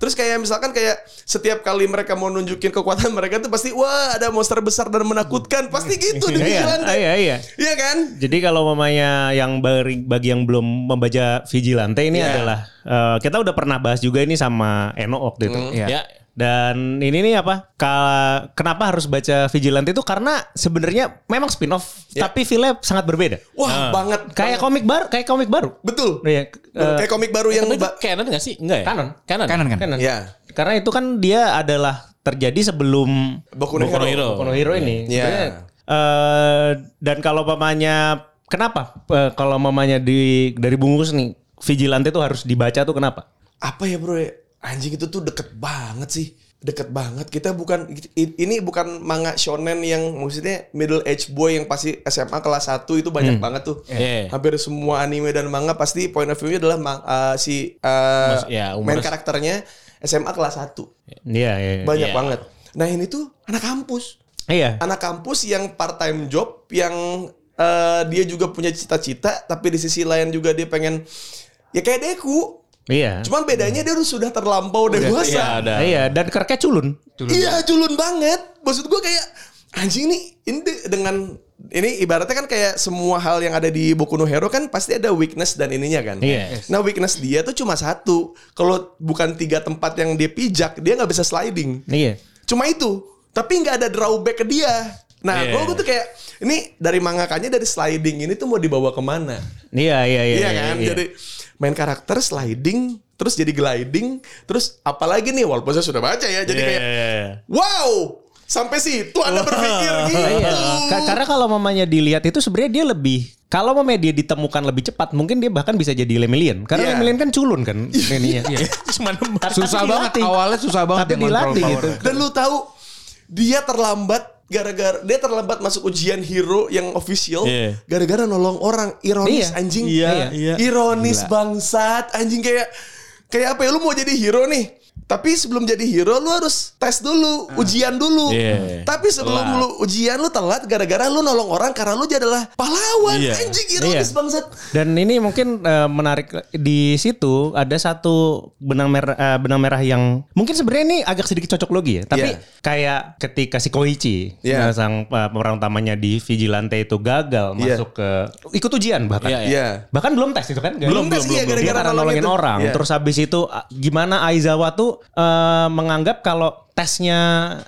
Terus kayak misalkan kayak setiap kali mereka mau nunjukin kekuatan mereka tuh pasti wah ada monster besar dan menakutkan. Pasti gitu di Iya, iya, Vigilante. iya, iya. Iya kan? Jadi kalau mamanya yang bari- bagi yang belum membaca Vigilante ini Iya. adalah eh, kita udah pernah bahas juga ini sama Eno waktu itu. Iya. Ya. Dan ini nih apa? Ka- kenapa harus baca Vigilante itu karena sebenarnya memang spin-off tapi feel-nya sangat berbeda. Wah, banget. Ah. Kayak komik baru, kayak komik baru. betul. Iya, Betul. eh, kayak komik baru yang Tapi itu ba- canon gak sih? Enggak ya? Canon. Canon. Kanan kan? Kan? Iya. Karena itu kan dia adalah terjadi sebelum Boku no Boku Hero. no Hero. Boku no Hero ini. Iya. Sebenarnya, eh, dan kalau mamanya kenapa eh, kalau mamanya di dari bungkus nih Vigilante itu harus dibaca tuh kenapa? apa ya bro ya? anjing itu tuh deket banget sih deket banget kita bukan i- ini bukan manga shonen yang maksudnya middle age boy yang pasti SMA kelas 1 itu banyak banget tuh Iya. hampir semua anime dan manga pasti point of view-nya adalah ma- eh, si eh, Mas- ya, umur- Ya, main karakternya SMA kelas 1 Iya, iya. iya. banyak Iya. banget nah ini tuh anak kampus Iya. anak kampus yang part time job yang eh, dia juga punya cita-cita tapi di sisi lain juga dia pengen ya kayak Deku Iya. Cuman bedanya dia udah sudah terlampau dewasa. Iya, ada. Iya, dan kerknya culun. Iya, culun banget. Maksud gue kayak anjing nih ini de- dengan ini ibaratnya kan kayak semua hal yang ada di Boku no Hero kan pasti ada weakness dan ininya kan. Iya. Nah weakness dia tuh cuma satu. Kalau bukan tiga tempat yang dia pijak, dia nggak bisa sliding. Iya. Cuma itu. Tapi nggak ada drawback ke dia. Nah Iya. gue tuh kayak ini dari mangakanya dari sliding ini tuh mau dibawa kemana? Iya, iya, iya. Iya kan? Jadi main karakter sliding, terus jadi gliding, terus apalagi nih walaupun saya sudah baca ya, jadi Iya. kayak wow, sampai situ Anda berpikir gitu. Iya. Ka- Karena kalau mamanya dilihat itu sebenarnya dia lebih kalau mamanya dia ditemukan lebih cepat, mungkin dia bahkan bisa jadi Lemillion. Iya. Karena Lemillion kan culun kan ininya. Cuman Susah Tapi banget dilatih. awalnya susah banget Tapi yang control dilatih power. gitu. Dan lu tahu dia terlambat gara-gara dia terlambat masuk ujian hero yang official Iya. gara-gara nolong orang ironis Iya. anjing Iya, iya. ironis bangsat anjing kayak kayak apa ya lu mau jadi hero nih Tapi sebelum jadi hero lu harus tes dulu, Ah. ujian dulu. Iya. Tapi sebelum Telat. lu ujian lu telat gara-gara lu nolong orang karena lu jadi adalah pahlawan. Iya. Anjing ironis Iya. bangsat. Dan ini mungkin eh, menarik di situ ada satu benang merah eh, benang merah yang mungkin sebenarnya ini agak sedikit cocok logi ya, tapi Iya. kayak ketika si Koichi Iya. eh, sang eh, pemeran utamanya di Vigilante itu Iya. gagal masuk ke ikut ujian bahkan. Iya, iya. Iya. Bahkan belum tes itu kan? Belum tes, iya, Dia gara-gara karena nolongin nolongin itu. orang. Iya. Terus habis itu a- gimana Aizawa tuh eh, menganggap kalau tesnya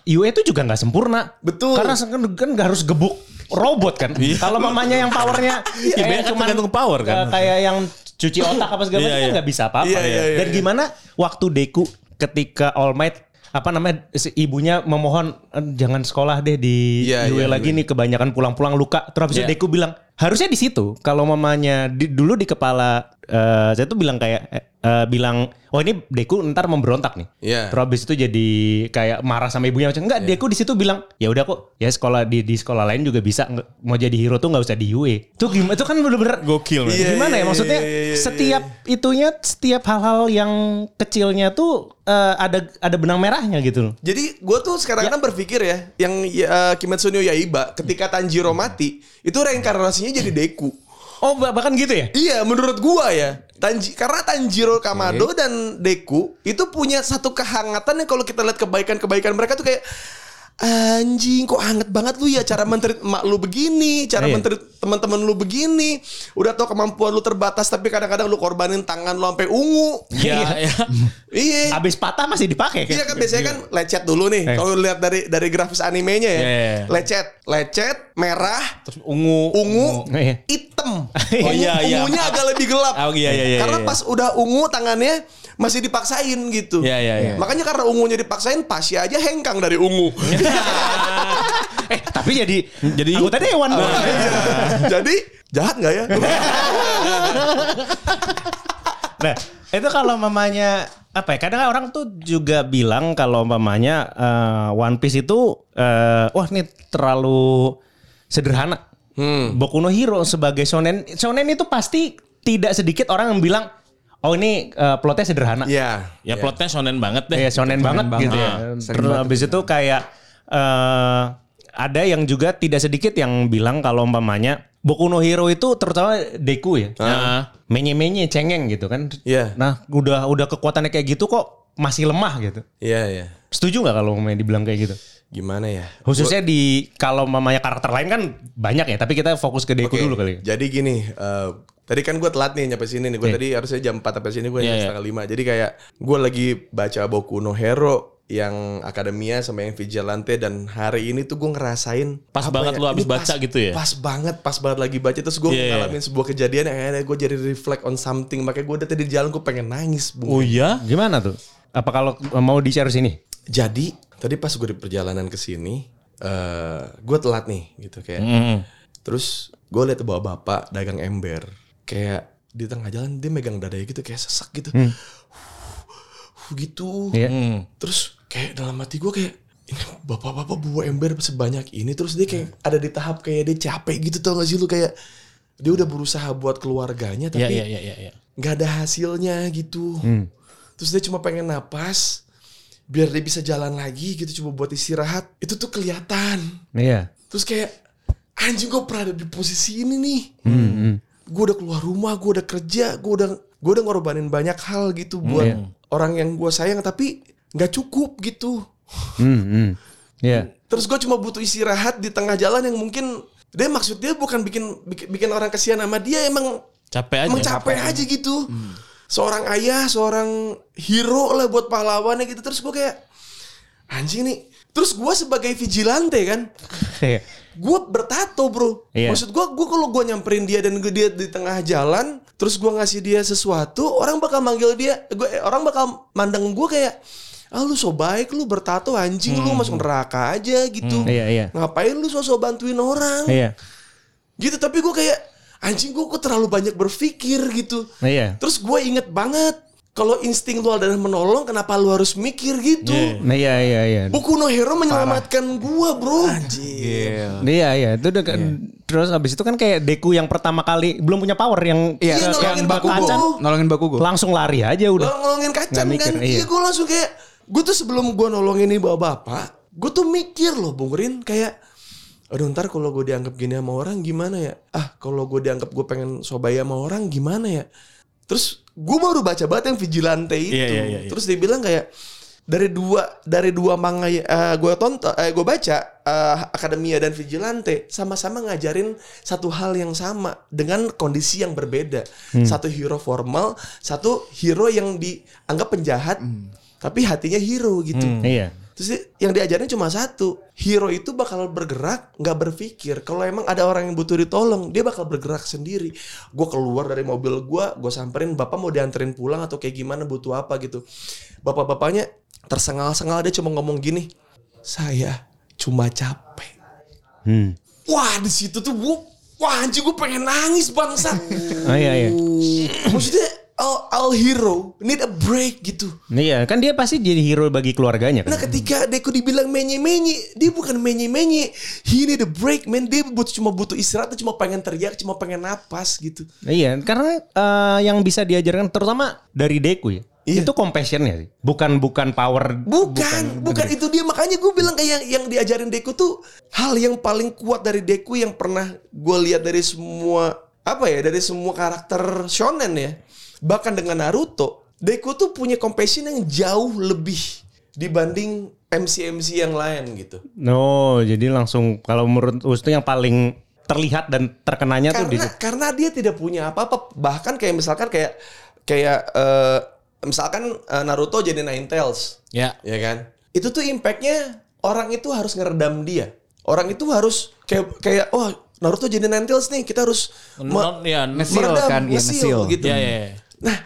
UE itu juga nggak sempurna. Betul. Iya. Karena se- kan kan nggak harus gebuk robot kan. Kalau mamanya yang powernya Iya, kayak kan tergantung power kan. eh, kayak yang cuci otak apa segala Iya, macam kan iya. nggak bisa apa-apa. Iya, iya, iya, Dan iya. gimana waktu Deku ketika All Might apa namanya si ibunya memohon "Eh, jangan sekolah deh di Iya, iya, UE lagi nih kebanyakan pulang-pulang luka terus habis itu Iya. Deku bilang harusnya di situ kalau mamanya di- dulu di kepala eh, saya tuh bilang kayak eh, eh, bilang oh ini Deku ntar memberontak nih Iya. terus habis itu jadi kayak marah sama ibunya macam enggak Deku di situ bilang ya udah kok ya sekolah di di sekolah lain juga bisa Nggak- mau jadi hero tuh nggak usah di UE tuh gimana tuh kan bener-bener Gokil, man. Iya, gimana iya, ya maksudnya iya, iya, iya, setiap itunya setiap hal-hal yang kecilnya tuh eh, ada ada benang merahnya gitu loh Jadi gue tuh sekarang kadang berpikir ya, yang ya, Kimetsu no Yaiba ketika Tanjiro mati, itu reinkarnasinya jadi Deku. oh bah- bahkan gitu ya Iya, menurut gua ya. Tanji, karena Tanjiro Kamado dan Deku itu punya satu kehangatan yang kalau kita lihat kebaikan-kebaikan mereka tuh kayak anjing kok hangat banget lu ya cara menteri emak lu begini, cara Iya. menteri teman-teman lu begini. Udah tau kemampuan lu terbatas tapi kadang-kadang lu korbanin tangan lu sampai ungu. Iya, iya. Iya. Abis patah masih dipakai kan? Iya kan biasanya kan lecet dulu nih. Eh. Kalau lihat dari dari grafis animenya ya. Iya, iya. Lecet, lecet, merah, Terus ungu. ungu, Iya. hitam. Oh, iya, iya. Ungunya agak lebih gelap. Oh, iya, iya, iya, Karena iya. pas udah ungu tangannya masih dipaksain gitu. Iya, iya, iya. Makanya karena ungunya dipaksain, Pasya aja hengkang dari ungu. Eh, tapi jadi Jadi Uh, anggota dewan Oh, dong. Jadi jahat nggak ya? Iya. Nah, itu kalau mamanya apa ya? Kadang orang tuh juga bilang kalau mamanya eh, One Piece itu eh, wah ini terlalu sederhana. Boku no Hero sebagai shonen, shonen itu pasti tidak sedikit orang yang bilang oh ini eh, plotnya sederhana. Iya. Ya plotnya shonen banget deh. Ya shonen banget banget. gitu ya. Ah, sering Terus banget habis itu kayak eh ada yang juga tidak sedikit yang bilang kalau umpamanya Boku no Hero itu terutama Deku ya. Ah. Menye-menye cengeng gitu kan. Iya. Nah, udah udah kekuatannya kayak gitu kok masih lemah gitu. Iya, iya. Setuju nggak kalau umpamanya dibilang kayak gitu? Gimana ya? Khususnya di kalau mamanya karakter lain kan banyak ya, tapi kita fokus ke Deku Oke, dulu kali. ya. Jadi gini, eh, tadi kan gue telat nih nyampe sini nih. Gue Iya. tadi harusnya jam 4 sampai sini gue Iya, iya. setengah 5. Jadi kayak gue lagi baca Boku no Hero yang akademia sama yang vigilante dan hari ini tuh gue ngerasain Pas apa banget lu abis ini pas- baca gitu ya? pas banget pas banget lagi baca terus gue Iya, iya. ngalamin sebuah kejadian yang akhirnya gue jadi reflect on something makanya gue tadi di jalan gue pengen nangis bu Oh iya? Gimana tuh? Apa kalau mau di share sini? jadi tadi pas gue di perjalanan ke sini eh gue telat nih gitu kayak Mm. Terus gue liat bawa bapak dagang ember. Kayak di tengah jalan dia megang dadanya gitu kayak sesak gitu. Hmm. Huh, gitu. Iya. Mm. Terus kayak dalam hati gue kayak ini bapak-bapak bawa ember sebanyak ini terus dia kayak Hmm. ada di tahap kayak dia capek gitu tau gak sih lu kayak dia udah berusaha buat keluarganya Iya, tapi iya, iya, iya, iya. nggak ada hasilnya gitu. Terus dia cuma pengen napas biar dia bisa jalan lagi gitu cuma buat istirahat. Itu tuh kelihatan. Iya. Terus kayak anjing gue pernah ada di posisi ini nih. Gue udah keluar rumah, gue udah kerja, gue udah gue udah ngorbanin banyak hal gitu buat iya. orang yang gue sayang tapi nggak cukup gitu. Hmm, hmm. Iya. Terus gue cuma butuh istirahat di tengah jalan yang mungkin dia maksud dia bukan bikin bikin, bikin orang kesian sama dia emang Capek aja. emang capek aja gitu. Hmm. Seorang ayah, seorang hero lah buat pahlawannya gitu. Terus gue kayak anjing nih. Terus gue sebagai vigilante kan, Iya. gue bertato bro Iya. maksud gue gue kalau gue nyamperin dia dan gue dia di tengah jalan terus gue ngasih dia sesuatu orang bakal manggil dia gue eh, orang bakal mandang gue kayak ah lu so baik lu bertato anjing lu masuk neraka aja gitu Hmm. Iya, iya. ngapain lu sosok bantuin orang Iya. gitu tapi gue kayak anjing gue kok terlalu banyak berpikir gitu Iya. terus gue inget banget kalau insting lu adalah menolong kenapa lu harus mikir gitu Nah, iya iya iya. Boku no Hero menyelamatkan gue bro anjing Iya iya itu udah kan- terus abis itu kan kayak Deku yang pertama kali belum punya power yang Iya, Iya, yang nolongin bak- Bakugo. kacan, Nolongin baku gue. langsung lari aja Lo udah. ngelongin Nggak kacang mikir, kan? iya. Iya, gue langsung kayak Gue tuh sebelum gue nolongin nih bapak-bapak, gue tuh mikir loh Bung Rin kayak Aduh ntar kalau gue dianggap gini sama orang gimana ya? Ah kalau gue dianggap gue pengen sobaya sama orang gimana ya? Terus gue baru baca banget yang vigilante itu. Iya, iya, iya, iya. Terus dia bilang kayak dari dua dari dua manga eh, gue tonton eh, gue baca eh, Akademia dan Vigilante sama-sama ngajarin satu hal yang sama dengan kondisi yang berbeda. Hmm. Satu hero formal, satu hero yang dianggap penjahat Hmm. tapi hatinya hero gitu. Iya. Terus dia- yang diajarin cuma satu, hero itu bakal bergerak nggak berpikir. Kalau emang ada orang yang butuh ditolong, dia bakal bergerak sendiri. Gue keluar dari mobil gue, gue samperin bapak mau dianterin pulang atau kayak gimana butuh apa gitu. Bapak-bapaknya tersengal-sengal dia cuma ngomong gini, saya cuma capek. Hmm. Wah di situ tuh gue, wah anjir gue pengen nangis bangsa. Oh iya iya. Maksudnya all, all hero need a break gitu. Iya, kan dia pasti jadi hero bagi keluarganya Nah kan. ketika Deku dibilang menye-menye, dia bukan menye-menye. He need a break man. Dia butuh cuma butuh istirahat, cuma pengen teriak, cuma pengen napas gitu. Iya, karena eh, yang bisa diajarkan terutama dari Deku ya. Iya. Itu compassionnya sih. Bukan bukan power. Bukan, bukan, itu dia. Makanya gue bilang kayak yang, yang diajarin Deku tuh hal yang paling kuat dari Deku yang pernah gue lihat dari semua apa ya dari semua karakter shonen ya. Bahkan dengan Naruto, Deku tuh punya compassion yang jauh lebih dibanding MC-MC yang lain gitu. No, jadi langsung kalau menurut Us itu yang paling terlihat dan terkenanya tuh di karena karena dia tidak punya apa-apa bahkan kayak misalkan kayak kayak eh, misalkan eh, Naruto jadi Nine Tails Ya. ya kan itu tuh impactnya orang itu harus ngeredam dia orang itu harus kayak kayak oh Naruto jadi Nine Tails nih kita harus me- Non, ya, n- Ngesil meredam, kan, iya, ngesil ngesil. gitu ya, ya, ya. nah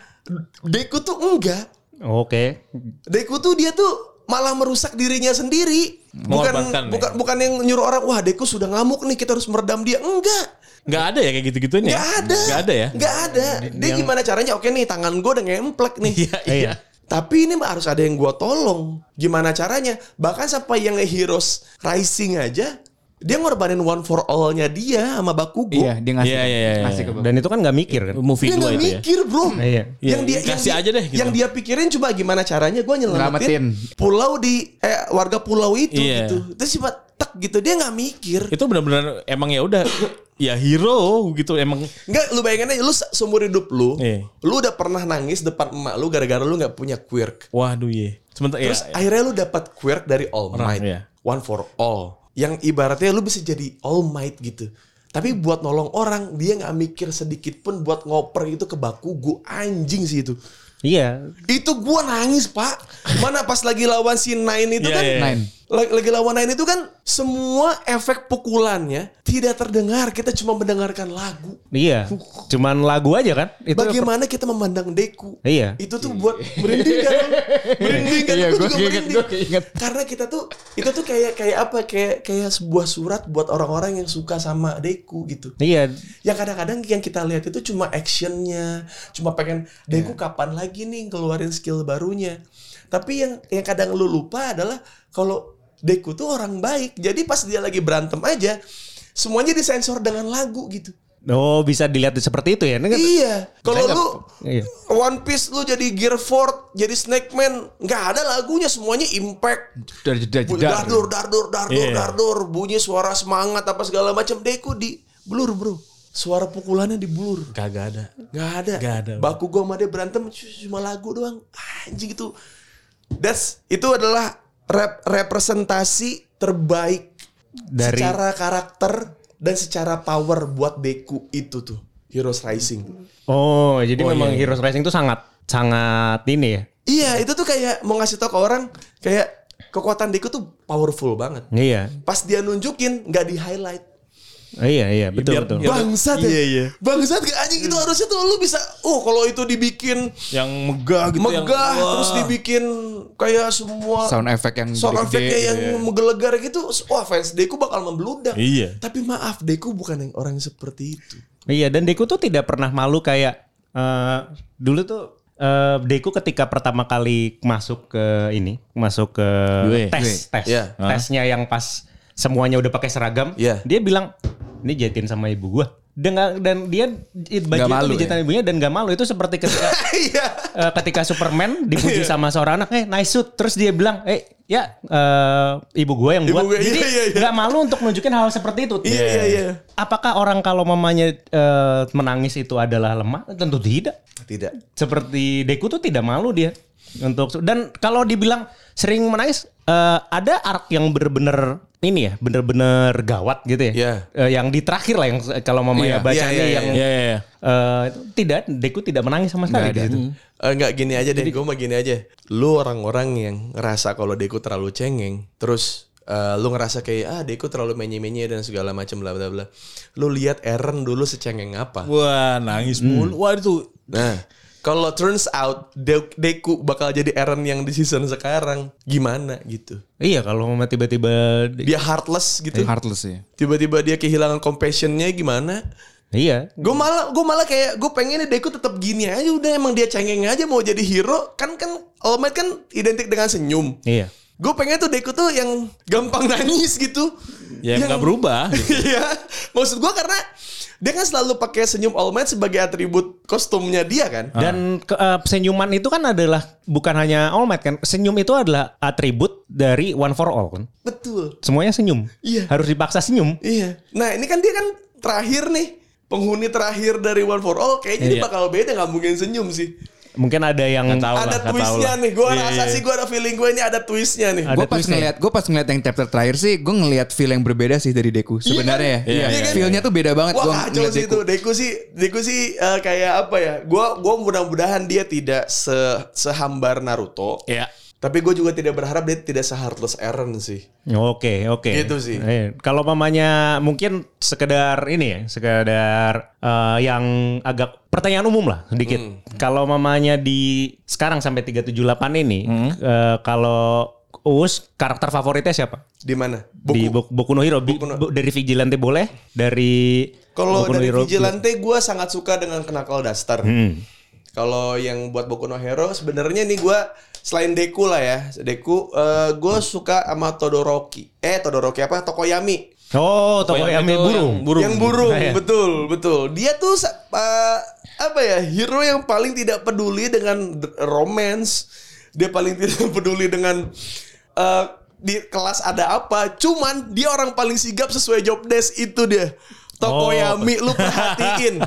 Deku tuh enggak Oke. Deku tuh dia tuh malah merusak dirinya sendiri. Bukan Mengorbankan, ya. iya. bukan bukan yang nyuruh orang wah Deku sudah ngamuk nih kita harus meredam dia. Enggak. Nggak ada ya kayak gitu-gitunya. Gak ada. Nggak ada ya. Gak ada. Dia Yang- gimana caranya? Oke nih tangan gue udah ngemplek nih. Iya, iya. Tapi ini harus ada yang gue tolong. Gimana caranya? Bahkan sampai yang Heroes Rising aja, dia ngorbanin one for all-nya dia sama Bakugo. Iya, dia ngasih. Iya, iya, iya, ngasih ke Dan itu kan nggak mikir kan. Movie Dia dua gak itu ya. mikir bro. Iya. Iya, Yang dia kasih yang dia- aja deh gitu. Yang dia pikirin cuma gimana caranya gue nyelamatin Nyelamatin. pulau di eh, warga pulau itu Iya. gitu. Terus cuma tek gitu dia nggak mikir. Itu benar-benar emang ya udah ya hero gitu emang Enggak, lu bayangin aja lu se- seumur hidup lu, Iya. lu udah pernah nangis depan emak lu gara-gara lu nggak punya quirk. waduh ye. Sementara Terus ya, akhirnya lu dapat quirk dari All Orang, Might, iya. one for all. Yang ibaratnya lu bisa jadi All Might gitu. Tapi buat nolong orang dia nggak mikir sedikit pun buat ngoper itu ke baku gua anjing sih itu. Iya. Itu gua nangis pak. Mana pas lagi lawan si Nine itu Iya, kan. iya. Nine. Lagi, lagi lawan Nine itu kan semua efek pukulannya tidak terdengar. Kita cuma mendengarkan lagu. Iya. Cuman lagu aja kan. Itu Bagaimana kita memandang Deku? Iya. Itu tuh buat merinding kan? merinding kan? Iya, Gua juga gua keinget, merinding. gua keinget. Karena kita tuh itu tuh kayak kayak apa? Kayak kayak sebuah surat buat orang-orang yang suka sama Deku gitu. Iya. Yang kadang-kadang yang kita lihat itu cuma actionnya, cuma pengen Deku kapan lagi nih ngeluarin skill barunya. Tapi yang yang kadang lu lupa adalah kalau Deku tuh orang baik. Jadi pas dia lagi berantem aja, semuanya disensor dengan lagu gitu. Oh bisa dilihat seperti itu ya. Ini kan- Iya. Kalau nggak- lu Iya. One Piece lu jadi Gearford, jadi Snake Man, nggak ada lagunya semuanya impact. Dar jedar Bu- jedar. Dardur, dardur, dardur, Iya. dardur, bunyi suara semangat apa segala macam. Deku di blur bro, suara pukulannya di blur. kagak ada. Gak ada. Nggak ada. Baku gua sama dia berantem cuma lagu doang. Anjing itu. That's itu adalah rep- representasi terbaik Dari- secara karakter dan secara power buat Deku itu tuh. Heroes Rising. Oh jadi Oh, memang iya. Heroes Rising itu sangat sangat ini ya. Iya, itu tuh kayak mau ngasih tau ke orang kayak kekuatan Deku tuh powerful banget. Iya. Pas dia nunjukin nggak di highlight. Iya iya betul Biar- betul. biar- Bangsat ya. Iya, iya. Bangsat kayak anjing itu harusnya tuh lu bisa oh kalau itu dibikin Yang megah gitu yang- megah wah. terus dibikin kayak semua Sound effect yang sound gede-gede effect-nya yang gitu menggelegar gitu. Wah, fans Deku bakal membludak. Iya. Tapi maaf, Deku bukan yang orang seperti itu. Iya dan Deku tuh tidak pernah malu kayak eh, dulu tuh eh, Deku ketika pertama kali masuk ke ini masuk ke Gue. tes tes Iya. tesnya yang pas semuanya udah pakai seragam Iya. dia bilang ini jahatin sama ibu gua dengan dan dia baju Nggak itu malu dicetak ibunya dan gak malu itu seperti ketika Iya. eh, ketika Superman dipuji sama seorang anak, eh nice suit, terus dia bilang, eh ya eh, ibu gue yang buat, gue, jadi iya, iya, iya. nggak malu untuk nunjukin hal seperti itu. Iya, iya, iya. Apakah orang kalau mamanya eh, menangis itu adalah lemah? Tentu tidak. Tidak. Seperti Deku tuh tidak malu dia untuk dan kalau dibilang sering menangis eh, ada arc yang bener-bener ini ya bener-bener gawat gitu ya Iya. Eh, yang di terakhir lah yang se- kalau mamanya Iya, baca iya, nih iya, yang Iya, iya, iya. eh, itu tidak Deku tidak menangis sama sekali kan? di situ. Eh, Enggak gini aja deh, gue mah gini aja. Lu orang-orang yang ngerasa kalau Deku terlalu cengeng, terus eh, lu ngerasa kayak ah Deku terlalu menye-menye dan segala macam bla bla bla. Lu lihat Eren dulu secengeng apa. Wah, nangis Hmm. mulu. Wah, itu Nah, kalau turns out De- Deku bakal jadi Eren yang di season sekarang, gimana gitu. Iya kalau mama tiba-tiba Dia heartless gitu. Heartless ya. Tiba-tiba dia kehilangan compassionnya gimana? iya Gue malah gue malah kayak gue pengen nih Deku tetap gini aja udah emang dia cengeng aja mau jadi hero kan kan All Might kan identik dengan senyum. iya Gue pengen tuh Deku tuh yang gampang nangis gitu. ya nggak berubah. gitu. Iya. Maksud gue karena dia kan selalu pakai senyum All Might sebagai atribut kostumnya dia kan. Ah. dan ke- eh, senyuman itu kan adalah bukan hanya All Might kan senyum itu adalah atribut dari One for All kan Betul. semuanya senyum Iya. harus dipaksa senyum Iya. Nah ini kan dia kan terakhir nih penghuni terakhir dari One for All kayaknya dia Iya. bakal beda nggak mungkin senyum sih. mungkin ada yang Nggak tahu. Tau ada lah, nggak tahu twistnya lah. nih. Gue Iya, rasa iya. sih gue ada feeling gue ini ada twistnya nih. Ada Gue pas twistnya. ngeliat, gue pas ngeliat yang chapter terakhir sih, gue ngeliat feel yang berbeda sih dari Deku sebenarnya kan? ya. Iya Iya, kan? feelnya tuh beda banget. Gue Wah kacau ngeliat sih itu Deku. Deku sih Deku sih eh, kayak apa ya Gua gua mudah-mudahan dia tidak se sehambar Naruto Iya. Tapi gue juga tidak berharap dia tidak se-heartless Eren sih Iya, Oke, oke. Gitu sih. Eh, kalau mamanya mungkin sekedar ini ya, sekedar eh, yang agak pertanyaan umum lah sedikit. Hmm. Kalau mamanya di sekarang sampai 378 ini, Hmm. eh, kalau Uus karakter favoritnya siapa? di mana? Di Buku. Bok- Boku no Hero. Bi- Boku no- bu- dari Vigilante boleh, dari Kalau Boku no dari Hero- Vigilante gue sangat suka dengan Kenakal Duster. iya. Hmm. Kalau yang buat Boku no Hero sebenarnya nih gua selain Deku lah ya, Deku gue suka sama Todoroki. Eh Todoroki apa? Tokoyami. Oh, Tokoyami Yang itu burung. yang burung. Yang burung, Nah, ya. betul, betul. Dia tuh sa- eh, apa ya? Hero yang paling tidak peduli dengan d- romance. Dia paling tidak peduli dengan eh, di kelas ada apa. Cuman dia orang paling sigap sesuai job desk itu dia. Tokoyami lu perhatiin.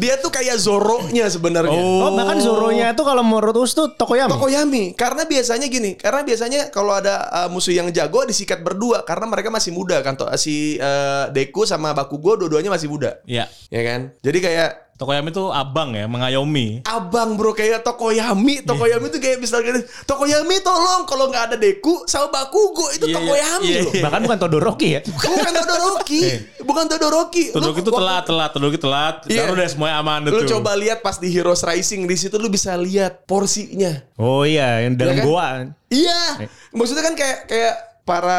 Dia tuh kayak Zoro-nya sebenarnya. Oh, bahkan Zoronya itu kalau menurut Uus tuh Tokoyami. Tokoyami karena biasanya gini karena biasanya kalau ada uh, musuh yang jago disikat berdua karena mereka masih muda kan to- si uh, Deku sama Bakugo dua-duanya masih muda Iya. ya kan jadi kayak Tokoyami itu abang ya, mengayomi. abang bro kayak Tokoyami Tokoyami tuh kayak misalnya gini, Tokoyami tolong kalau nggak ada Deku sama Bakugo itu Iya, iya, Tokoyami iya, loh iya. Eh. Bahkan bukan Todoroki ya. bukan Todoroki bukan Todoroki Lu- Todoroki itu waktu- telat, telat. Todoroki telat. Iya. Baru deh semuanya aman lu tuh. coba lihat pas di Heroes Rising di situ lu bisa lihat porsinya Oh iya, yang dalam Iya kan? goa. Eh. Iya. Maksudnya kan kayak kayak para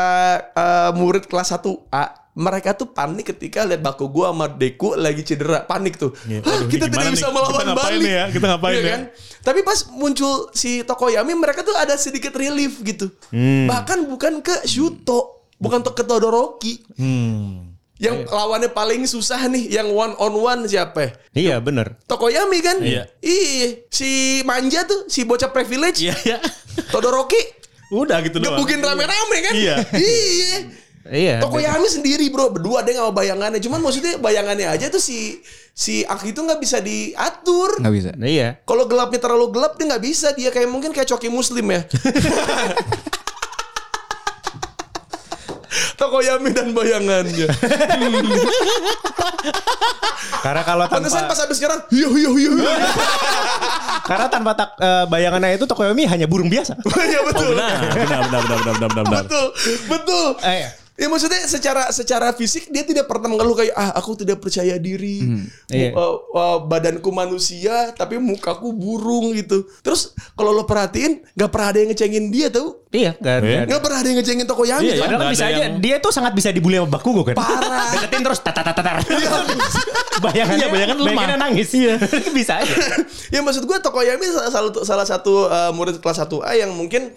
eh, murid kelas 1A mereka tuh panik ketika lihat baku gua sama Deku lagi cedera, panik tuh. Hah, Iya, Aduh, ini kita gimana tidak bisa nih? melawan Kita ngapain balik. nih ya? Kita ngapain Iya ya? Tapi pas muncul si Tokoyami mereka tuh ada sedikit relief gitu. Hmm. Bahkan bukan ke Shuto, bukan to- ke Todoroki. Hmm. Yang lawannya paling susah nih, yang one on one siapa? ya? Iya bener. Tokoyami kan? Iya. Iya. Si Manja tuh, si bocah privilege, Iya, iya. Todoroki Udah gitu doang. gebukin rame-rame kan? Iya. iya. Iya. Tokoyami sendiri bro, berdua deh sama bayangannya. Cuman maksudnya bayangannya aja tuh si si Aki itu nggak bisa diatur. Nggak bisa. Iya. Kalau gelapnya terlalu gelap dia nggak bisa. Dia kayak mungkin kayak coki muslim ya. Tokoyami dan bayangannya. Karena kalau Pantesan tanpa pas habis nyerang, hiu hiu hiu. karena tanpa tak eh, bayangannya itu Tokoyomi hanya burung biasa. Iya betul. Nah, benar, benar, benar, benar, benar, benar, benar. betul betul Ah, iya. Eh. ya maksudnya secara secara fisik dia tidak pernah mengeluh kayak ah aku tidak percaya diri Hmm. Mu- iya. uh, uh, badanku manusia tapi mukaku burung gitu terus kalau lo perhatiin nggak pernah ada yang ngecengin dia tuh Iya, nggak Iya. ada. nggak ada. nggak pernah ada yang ngecengin Tokoyami tuh. Iya, ya. Padahal kan nggak bisa ada aja yang- dia tuh sangat bisa dibully sama Bakugo kan. Parah. Deketin terus tatatatar. bayangannya Iya, bayangan lemah. bayangannya nangis. Iya. bisa aja. ya maksud gue Tokoyami salah, salah, salah satu uh, murid kelas 1A yang mungkin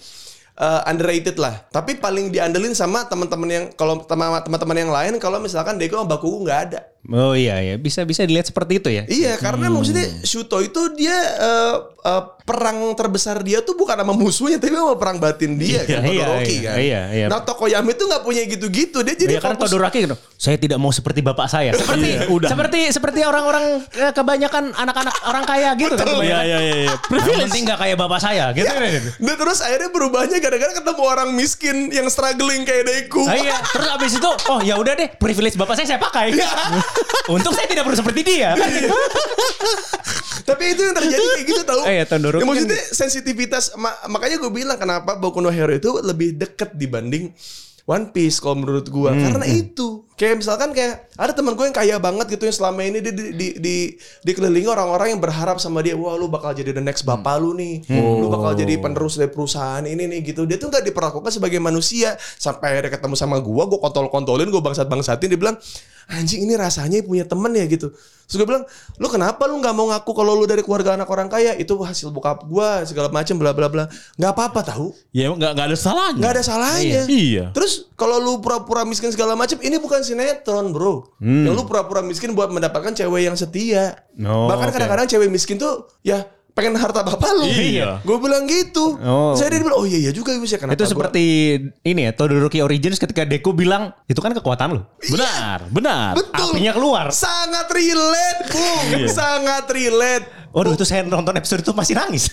uh, underrated lah. Tapi paling diandelin sama teman-teman yang kalau sama teman-teman yang lain kalau misalkan Deko sama Bakugo nggak ada. Oh iya ya, bisa bisa dilihat seperti itu ya. Iya, karena maksudnya Shuto itu dia eh, eh, perang terbesar dia tuh bukan sama musuhnya, tapi sama perang batin dia kan, Iya, Todoroki iya, kan. iya, iya. Nah, Tokoyami tuh nggak punya gitu-gitu, dia jadi Iya karena fokus- Todoroki gitu. Saya tidak mau seperti bapak saya. Iya, Seperti seperti seperti orang-orang eh, kebanyakan anak-anak orang kaya gitu Iya kan. kebanyakan. iya iya. iya. Yang penting nggak kayak bapak saya gitu. Dan Iya. Nah, terus akhirnya berubahnya gara-gara ketemu orang miskin yang struggling kayak Deku. Ah, iya. Terus abis itu, oh ya udah deh, privilege bapak saya saya pakai. Iya. Untung saya tidak perlu seperti dia. Kan? Tapi itu yang terjadi kayak gitu tahu. Eh, ya, Todoroki Ya, maksudnya sensitivitas ma- makanya gue bilang kenapa Boku no Hero itu lebih deket dibanding One Piece kalau menurut gue Hmm, karena itu kayak misalkan kayak ada teman gue yang kaya banget gitu yang selama ini dia di, di, di, dikelilingi orang-orang yang berharap sama dia wah lu bakal jadi the next bapak lu nih Hmm. lu bakal Oh. jadi penerus dari perusahaan ini nih gitu dia tuh nggak diperlakukan sebagai manusia sampai akhirnya ketemu sama gue gue kontol-kontolin gue bangsat-bangsatin dia bilang anjing ini rasanya punya temen ya gitu terus gue bilang lu kenapa lu nggak mau ngaku kalau lu dari keluarga anak orang kaya itu hasil bokap gue segala macam bla bla bla nggak apa apa tahu Ya emang nggak nggak ada salahnya. nggak ada salahnya Iya. terus kalau lu pura-pura miskin segala macam ini bukan sinetron bro Hmm. yang lu pura-pura miskin buat mendapatkan cewek yang setia No, bahkan Oh, oke. kadang-kadang cewek miskin tuh ya pengen harta bapak lu Iya. gue bilang gitu Oh. saya dia bilang oh iya iya juga bisa kenapa itu gua- seperti ini ya, Todoroki Origins ketika Deku bilang, itu kan kekuatan lu. Iya. Benar, benar. betul Apinya keluar. sangat relate bung Iya. sangat relate Waduh itu saya nonton episode itu masih nangis.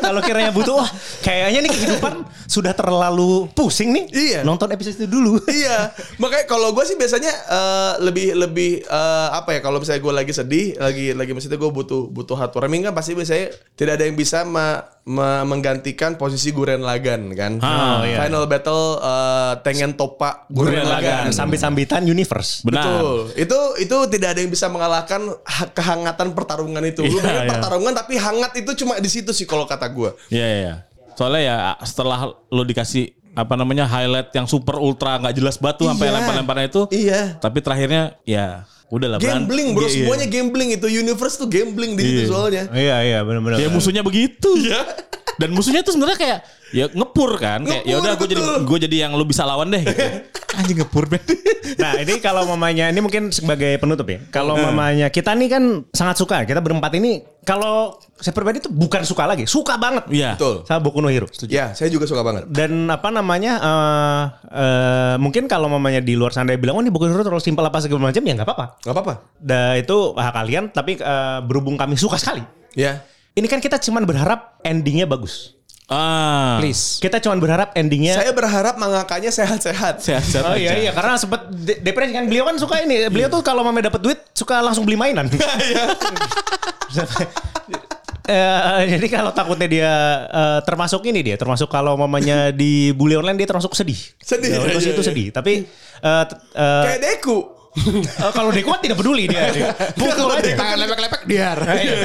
Kalau kiranya butuh, wah kayaknya nih kehidupan sudah terlalu pusing nih. Iya. Nonton episode itu dulu. iya makanya kalau gue sih biasanya eh, lebih lebih eh, apa ya kalau misalnya gue lagi sedih lagi lagi maksudnya gue butuh butuh hard warming kan pasti biasanya tidak ada yang bisa me- me- menggantikan posisi Guren Lagan kan Ah, iya. final battle eh, Tengen Topa Guren, Gurren Lagan, Lagann. Sambit-sambitan universe. Benar. Betul. Itu itu tidak ada yang bisa mengalahkan ha- kehangatan pertarungan itu. Lu Iya, bayangin iya. pertarungan tapi hangat itu cuma di situ sih kalau kata gue. Iya iya. Soalnya ya setelah lo dikasih apa namanya highlight yang super ultra nggak jelas batu sampai Iya. lempar-lemparnya itu. Iya. Tapi terakhirnya ya udahlah beran- Gambling bro, Iya, iya. semuanya gambling itu universe tuh gambling di situ Iya. soalnya. Iya iya benar-benar. Ya musuhnya begitu. Iya. Dan musuhnya itu sebenarnya kayak ya ngepur kan kayak ya Ngepur, udah gue jadi betul. gue jadi yang lo bisa lawan deh gitu. Anjing ngepur bet. Nah ini kalau mamanya ini mungkin sebagai penutup ya. Kalau mamanya kita nih kan sangat suka. Kita berempat ini kalau saya pribadi tuh bukan suka lagi, suka banget. Iya. Betul. Sama Boku no Hero. Ya, saya juga suka banget. Dan apa namanya eh, eh, mungkin kalau mamanya di luar sana dia bilang oh ini Boku no Hero terlalu simpel apa segala macam ya nggak apa-apa. Gak apa-apa. Nah itu hak kalian tapi eh, berhubung kami suka sekali. Ya. Ini kan kita cuman berharap endingnya bagus. Ah. Please. Kita cuman berharap endingnya Saya berharap mangakanya sehat-sehat. Sehat-sehat Oh aja. iya iya karena sempet de- depresi kan beliau kan suka ini beliau tuh kalau mama dapat duit suka langsung beli mainan. Eh, jadi kalau takutnya dia eh, termasuk ini dia termasuk kalau mamanya di bully online dia termasuk sedih. Sedih, Nah, iya, terus iya, itu iya. sedih. Tapi eh, t- eh, Kayak Deku. eh, kalau dia kuat tidak peduli dia. dia. Pukul aja. Tangan lepek-lepek biar.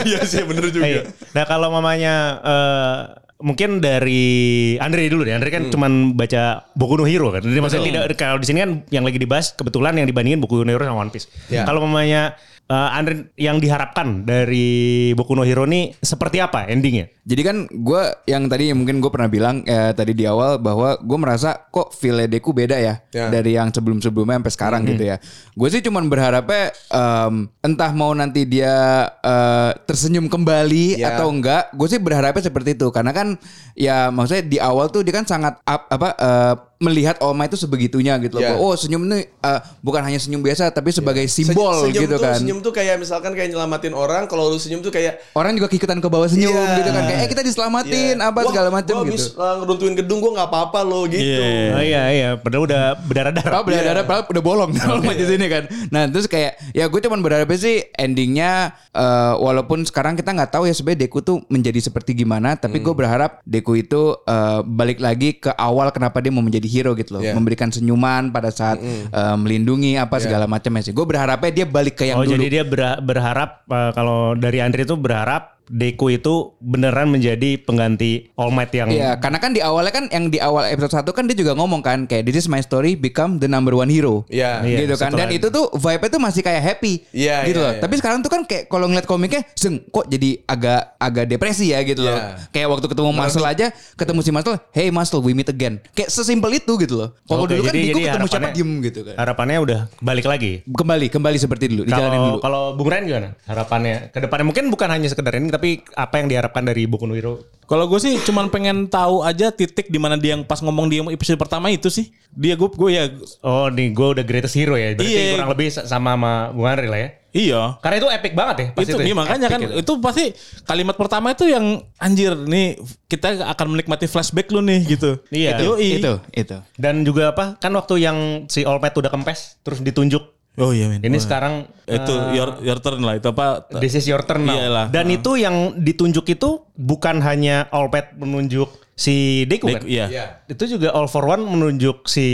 Iya sih, bener Iya. Nah kalau mamanya eh, mungkin dari Andre dulu deh. Andre Hmm. kan cuman baca Boku no Hero kan. Jadi maksudnya tidak kalau di sini kan yang lagi dibahas kebetulan yang dibandingin Boku no Hero sama One Piece. Iya. Ya. Kalau mamanya eh, Andre yang diharapkan dari Boku no Hero ini seperti apa endingnya? Jadi kan gue yang tadi mungkin gue pernah bilang eh, tadi di awal bahwa gue merasa kok file Deku beda ya Ya. dari yang sebelum-sebelumnya sampai sekarang gitu ya. Gue sih cuman berharapnya em, entah mau nanti dia eh, tersenyum kembali Ya. atau enggak. Gue sih berharapnya seperti itu karena kan ya maksudnya di awal tuh dia kan sangat up- apa eh, melihat Oma itu sebegitunya gitu loh. Ya. Bahwa, Oh senyum ini eh, bukan hanya senyum biasa tapi sebagai simbol Senyum gitu tuh, kan. Senyum tuh kayak misalkan kayak nyelamatin orang. Kalau lu senyum tuh kayak Orang juga ikutan ke bawah senyum Iya. gitu kan kayak eh kita diselamatin Iya. apa Wah, segala gua macam gitu. habis, uh, ngeruntuhin gedung gue nggak apa-apa loh gitu. Iya. Oh iya iya, padahal udah berdarah-darah. Eh. Oh, berdarah darah padahal udah bolong dalam di sini kan. Nah, terus kayak ya gue cuman berharap sih endingnya eh, walaupun sekarang kita nggak tahu ya sebenarnya Deku tuh menjadi seperti gimana, tapi gue berharap Deku itu eh, balik lagi ke awal kenapa dia mau menjadi hero gitu loh, Iya. memberikan senyuman pada saat eh, melindungi apa segala macam sih. Gue berharapnya dia balik ke yang Oh dulu. jadi dia berha- berharap eh, kalau dari Andre itu berharap Deku itu beneran menjadi pengganti All Might yang Iya, Hmm. karena kan di awalnya kan yang di awal episode 1 kan dia juga ngomong kan kayak this is my story become the number one hero. Iya. Iya, gitu kan. Dan setelah- itu tuh vibe-nya tuh masih kayak happy Iya, gitu iya, loh. iya. Tapi sekarang tuh kan kayak kalau ngeliat komiknya seng kok jadi agak agak depresi ya gitu loh. Iya. Kayak waktu ketemu Nah, Muscle aja, ketemu si Muscle, "Hey Muscle, we meet again." Kayak sesimpel itu gitu loh. Kalau Oke, dulu kan jadi- Diko jadi ketemu siapa harapannya- diem gitu kan. harapannya udah balik lagi. Kembali, kembali seperti dulu, dijalanin dulu. Kalau kalau Bung Ren gimana harapannya ke depannya mungkin bukan hanya sekedar ini tapi apa yang diharapkan dari Boku no Hero? Kalau gue sih cuman pengen tahu aja titik di mana dia yang pas ngomong di episode pertama itu sih. Dia gue gue ya Oh, nih gue udah greatest hero ya. Berarti Iya. kurang lebih sa- sama sama Bung Henry lah ya. iya. Karena itu epic banget ya. pas itu ya. iya, makanya Epic kan gitu. itu pasti kalimat pertama itu yang anjir nih kita akan menikmati flashback lu nih gitu. Iya. Yoi. Itu, itu. Dan juga apa? Kan waktu yang si All Might udah kempes terus ditunjuk. Oh iya men. Ini Wah. sekarang itu eh, your your turn lah itu apa? this is your turn now. Iyalah. Dan itu yang ditunjuk itu bukan hanya All Might menunjuk si Deku, Back- kan? iya. Iya. Itu juga All for One menunjuk si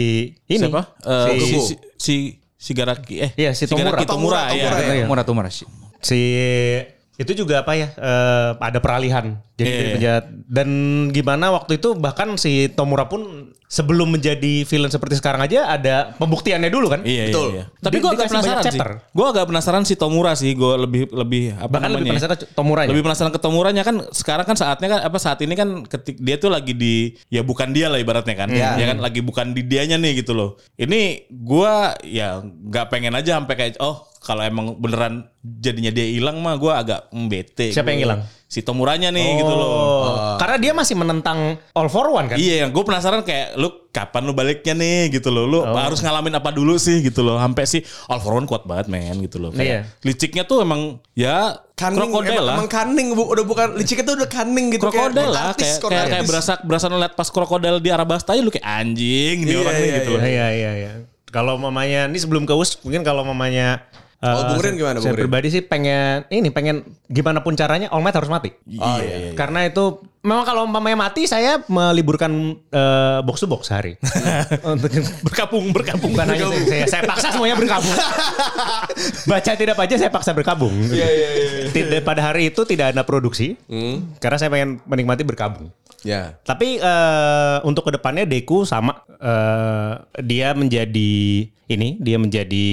ini. Siapa? Eh, si, si, si, si Shigaraki eh Iya, si Tomura. Shigaraki Tomura, Tomura, iya. Tomura, Iya. Murah tuh murah sih. si- itu juga apa ya? eh, ada peralihan. Jadi Iya, dari iya. penjahat. Dan gimana waktu itu bahkan si Tomura pun sebelum menjadi villain seperti sekarang aja ada pembuktiannya dulu kan? Iya, Betul. iya, iya. Tapi Di- gue agak dikasih banyak penasaran sih. chapter. Gue agak penasaran si Tomura sih. Gue lebih lebih apa Bahkan lebih namanya ya? penasaran ke Tomuranya. Lebih penasaran ke Tomuranya kan sekarang kan saatnya kan apa saat ini kan ketik dia tuh lagi di ya bukan dia lah ibaratnya kan. Iya. Ya kan lagi bukan di dianya nih gitu loh. Ini gua ya nggak pengen aja sampai kayak oh kalau emang beneran jadinya dia hilang mah gua agak mm, bete. Siapa yang Gua- hilang? Si Tomuranya nih gitu loh. Oh. Karena dia masih menentang All for One kan? Iya, gue penasaran kayak lu kapan lu baliknya nih gitu loh. Lu harus ngalamin apa dulu sih gitu loh. Sampai sih All for One kuat banget men gitu loh. Kayak Liciknya tuh emang ya Cunning, krokodil emang, lah. emang cunning, bu, udah bukan liciknya tuh udah cunning gitu kayak krokodil lah artis, kayak kok kayak, kayak artis. berasa berasa ngeliat pas krokodil di Arabasta aja lu kayak anjing nih Iya, orang nih iya, gitu loh. Iya iya iya. Kalau mamanya ini sebelum ke Us mungkin kalau mamanya Kalau eh, Oh, Bung Rin gimana, Bung Saya Rin? pribadi sih pengen ini pengen gimana pun caranya All Might harus mati. Oh, iya, iya. Karena itu memang kalau mamanya mati saya meliburkan eh, box to box sehari. Untuk Berkabung, berkabung. bukan hanya saya, saya, saya paksa semuanya berkabung. Baca tidak baca saya paksa berkabung. Iya, Tidak pada hari itu tidak ada produksi. Hmm. Karena saya pengen menikmati berkabung. Ya. Tapi eh, untuk kedepannya Deku sama eh, dia menjadi ini dia menjadi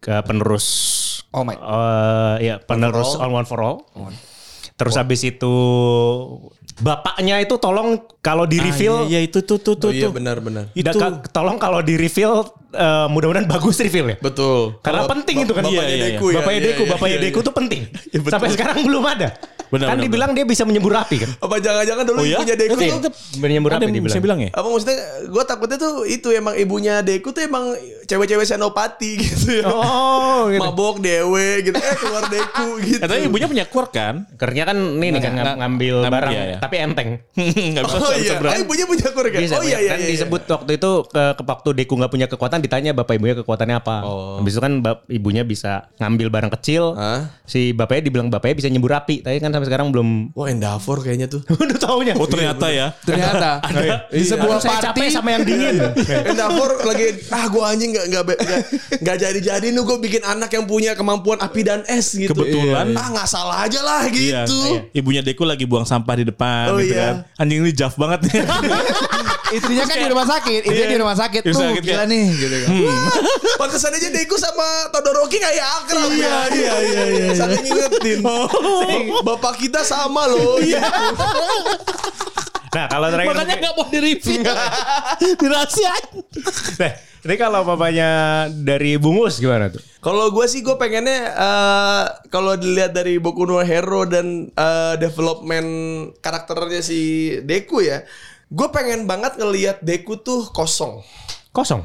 ke penerus Oh my. eh, ya penerus on one for all. Terus habis itu bapaknya itu tolong kalau di reveal Iya, itu tuh tuh tuh. Oh iya tuh. benar-benar. da- ka- tolong kalau di reveal eh, mudah-mudahan bagus reveal ya. Betul. Karena Bap- penting bap- itu kan Bapaknya Iya, iya, Deku ya. Bapaknya iya, Deku, iya, bapaknya iya, Deku iya. itu penting. Sampai sekarang belum ada. Benar, kan benar, dibilang dia bisa menyembur api kan. Iya. Apa jangan-jangan dulu Oh ya? punya Deku Itu- tuh itu- Menyembur ada apa yang dibilang? Bisa bilang ya? apa maksudnya gue takutnya tuh itu emang ibunya Deku tuh emang cewek-cewek senopati gitu ya. Oh, gitu. mabok dewe gitu eh keluar Deku gitu Katanya ibunya punya quirk kan? Kerja kan ini kan Nggak- ngambil nggak- barang iya, iya. tapi enteng. Enggak bisa. oh nggak bisa iya berani. eh, ibunya punya keluarga Bisa, oh iya iya kan iya disebut waktu itu ke, ke waktu Deku nggak punya kekuatan ditanya bapak ibunya kekuatannya apa. Habis itu kan bap- ibunya bisa ngambil barang kecil. Hah? Si bapaknya dibilang bapaknya bisa nyembur api, tapi kan sampai sekarang belum wah Endeavor kayaknya tuh udah taunya. Oh ternyata ya. Ternyata di sebuah Aduh, Iya. saya capek party sama yang dingin. Endeavor lagi ah gue anjing nggak nggak be- nggak nggak jadi-jadi nu gue bikin anak yang punya kemampuan api dan es gitu Kebetulan. ah nggak salah aja lah Iya, gitu iya. Ibunya Deku lagi buang sampah di Oh depan gitu iya. kan. Anjing ini jaf banget nih. istrinya kan di rumah sakit, istrinya Iya. di rumah sakit Di tuh rumah sakit, gila kan? nih gitu kan. pantesan aja Deku sama Todoroki kayak akrab Iya, ya iya, iya, iya, iya. saking ngingetin bapak kita sama loh iya Nah, kalau terakhir Makanya nggak mau di review. Dirahasiain. Nah, ini kalau bapaknya dari Bungus gimana tuh? Kalau gue sih gue pengennya eh, kalau dilihat dari Boku no Hero dan eh, development karakternya si Deku ya, gue pengen banget ngelihat Deku tuh kosong. Kosong.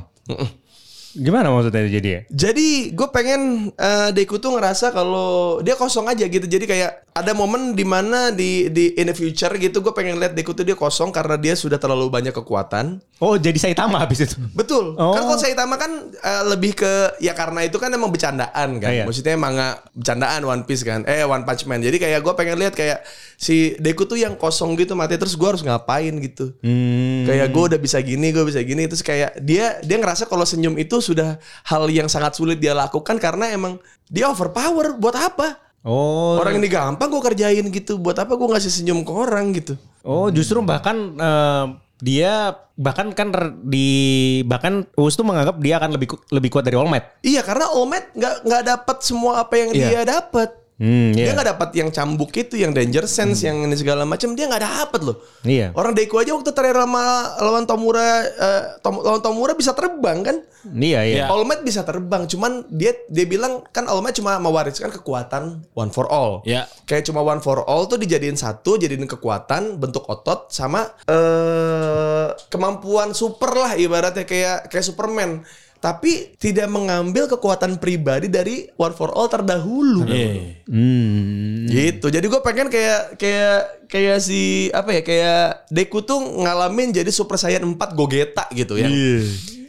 Gimana maksudnya jadi ya? Jadi gue pengen eh, Deku tuh ngerasa kalau dia kosong aja gitu. Jadi kayak ada momen dimana di di in the future gitu gue pengen lihat Deku tuh dia kosong karena dia sudah terlalu banyak kekuatan. Oh, jadi Saitama habis itu. Betul. Oh. Kan kalau Saitama kan eh, lebih ke ya karena itu kan emang bercandaan kan. Iya. Maksudnya manga bercandaan One Piece kan. Eh One Punch Man. Jadi kayak gue pengen lihat kayak si Deku tuh yang kosong gitu mati terus gue harus ngapain gitu. Hmm. Kayak gue udah bisa gini, gue bisa gini terus kayak dia dia ngerasa kalau senyum itu sudah hal yang sangat sulit dia lakukan karena emang dia overpower buat apa? Oh, Orang ini gampang gue kerjain gitu. Buat apa gue ngasih senyum ke orang gitu? oh justru bahkan eh, dia bahkan kan r- di bahkan Uus tuh menganggap dia akan lebih ku- lebih kuat dari All Might. Iya karena Olmed nggak nggak dapat semua apa yang dia dapat. Iya. Hmm, Dia iya. Hmm. nggak dapat yang cambuk itu, yang danger sense, yang ini segala macam dia nggak dapat loh. Iya. Orang Deku aja waktu terakhir sama lawan Tomura, eh, Tom- lawan Tomura bisa terbang kan? Iya, iya. All Might bisa terbang, cuman dia dia bilang kan All Might cuma mewariskan kekuatan one for all. Ya. Kayak cuma one for all tuh dijadiin satu, jadiin kekuatan, bentuk otot sama eh kemampuan super lah ibaratnya kayak kayak Superman. Tapi tidak mengambil kekuatan pribadi dari one for all terdahulu. Iya. Hmm. Gitu. Jadi gue pengen kayak kayak kayak si apa ya kayak Deku tuh ngalamin jadi Super Saiyan 4 Gogeta gitu ya Iya.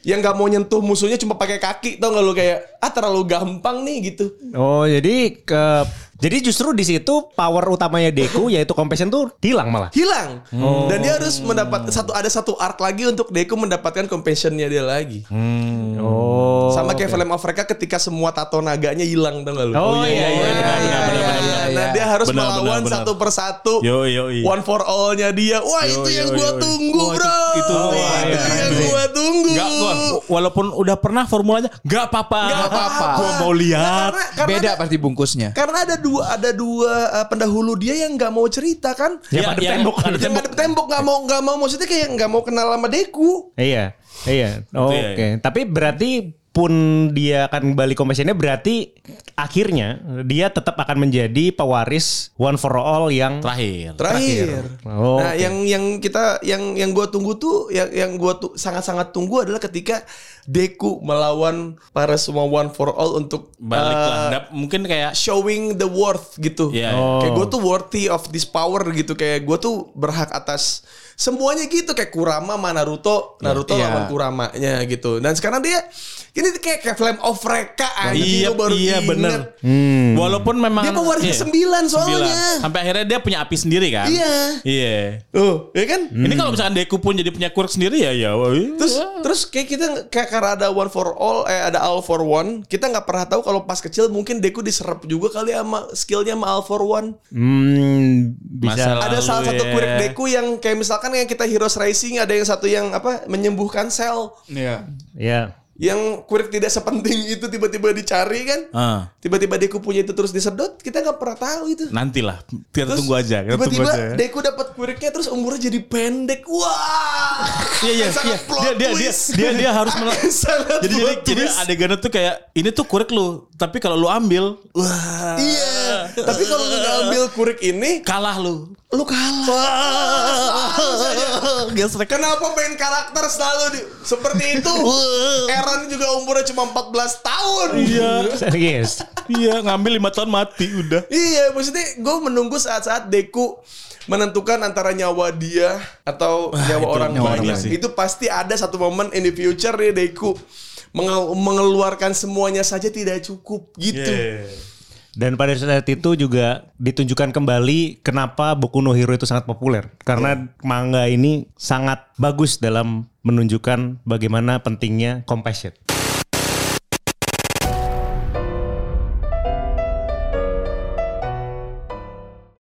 yang nggak mau nyentuh musuhnya cuma pakai kaki tau nggak lu kayak ah terlalu gampang nih gitu Oh, jadi ke jadi justru di situ power utamanya Deku yaitu compassion tuh hilang malah. hilang Oh. dan dia harus mendapat satu ada satu art lagi untuk Deku mendapatkan compassionnya dia lagi Oh. sama kayak film of Africa ketika semua tato naganya hilang tau nggak lu Oh, iya, iya, iya, benar, iya, iya, benar, benar, iya. benar. Nah, dia harus Benar, melawan benar, benar. satu persatu Yo yo yo. one for all-nya dia wah itu yang gua tunggu bro Itu, Wah, itu, yang gua tunggu Gak, walaupun udah pernah formulanya nggak apa-apa. Nggak Gua mau Nah, lihat. Karena- karena Beda ada- pasti bungkusnya. Karena ada dua ada dua eh, pendahulu dia yang nggak mau cerita kan? Ya, Ya, pada ya, tembok. ada Yang ada tembok nggak mau nggak mau maksudnya kayak nggak mau kenal sama Deku. Iya, iya. Oh, Iya, Oke, tapi berarti pun dia akan balik compassionnya berarti akhirnya dia tetap akan menjadi pewaris one for all yang Terakhir. Terakhir. Oh, nah, oke. yang yang kita yang yang gua tunggu tuh yang yang gua tu- sangat-sangat tunggu adalah ketika Deku melawan para semua one for all untuk Baliklah. eh, Dap- mungkin kayak showing the worth gitu. Iya. Oh. Kayak gue tuh worthy of this power gitu. Kayak gue tuh berhak atas semuanya gitu. Kayak Kurama sama Naruto. Naruto Iya. lawan Kuramanya gitu. Dan sekarang dia, ini kayak, kayak Flame of Reka. anjing, Iya, gitu gua baru iya inget. bener. Walaupun memang Dia pewarisnya iya, sembilan soalnya. sembilan. Sampai akhirnya dia punya api sendiri kan? Iya. Iya. Oh, ya kan? Ini kalau misalkan Deku pun jadi punya quirk sendiri ya ya. wah, iya. Terus terus kayak kita kayak karena ada one for all eh ada all for one, kita nggak pernah tahu kalau pas kecil mungkin Deku diserap juga kali ya sama skillnya sama all for one. Hmm, bisa. Masalah. ada Lalu salah satu ya. kurik deku yang kayak misalkan yang kita Heroes Racing ada yang satu yang apa menyembuhkan sel Iya. Ya. yang kurik tidak sepenting itu tiba-tiba dicari kan Ah, tiba-tiba deku punya itu terus disedot kita nggak pernah tahu itu nantilah. Terus Kita Nah, tunggu aja. Kita tunggu tiba-tiba aja. ya. deku dapat kuriknya terus umurnya jadi pendek wah Iya iya Sangat iya. plot Dia dia dia twist. dia, dia harus mel- Sangat jadi jadi, plot jadi twist. adegannya tuh kayak ini tuh kurik lu, tapi kalau lu ambil iya tapi kalau lu nggak ambil kurik ini kalah lu. lu kalah. Kenapa main karakter selalu di- seperti itu? Eren juga umurnya cuma 14 tahun. Iya. Serius. Iya, ngambil lima tahun mati udah. Iya, maksudnya gue menunggu saat-saat Deku menentukan antara nyawa dia atau nyawa orang nyawa lain. orang lain. Itu pasti ada satu momen in the future nih Deku menge- mengeluarkan semuanya saja tidak cukup gitu. Dan pada saat itu juga ditunjukkan kembali kenapa Boku no Hero itu sangat populer. Karena manga ini sangat bagus dalam menunjukkan bagaimana pentingnya compassion.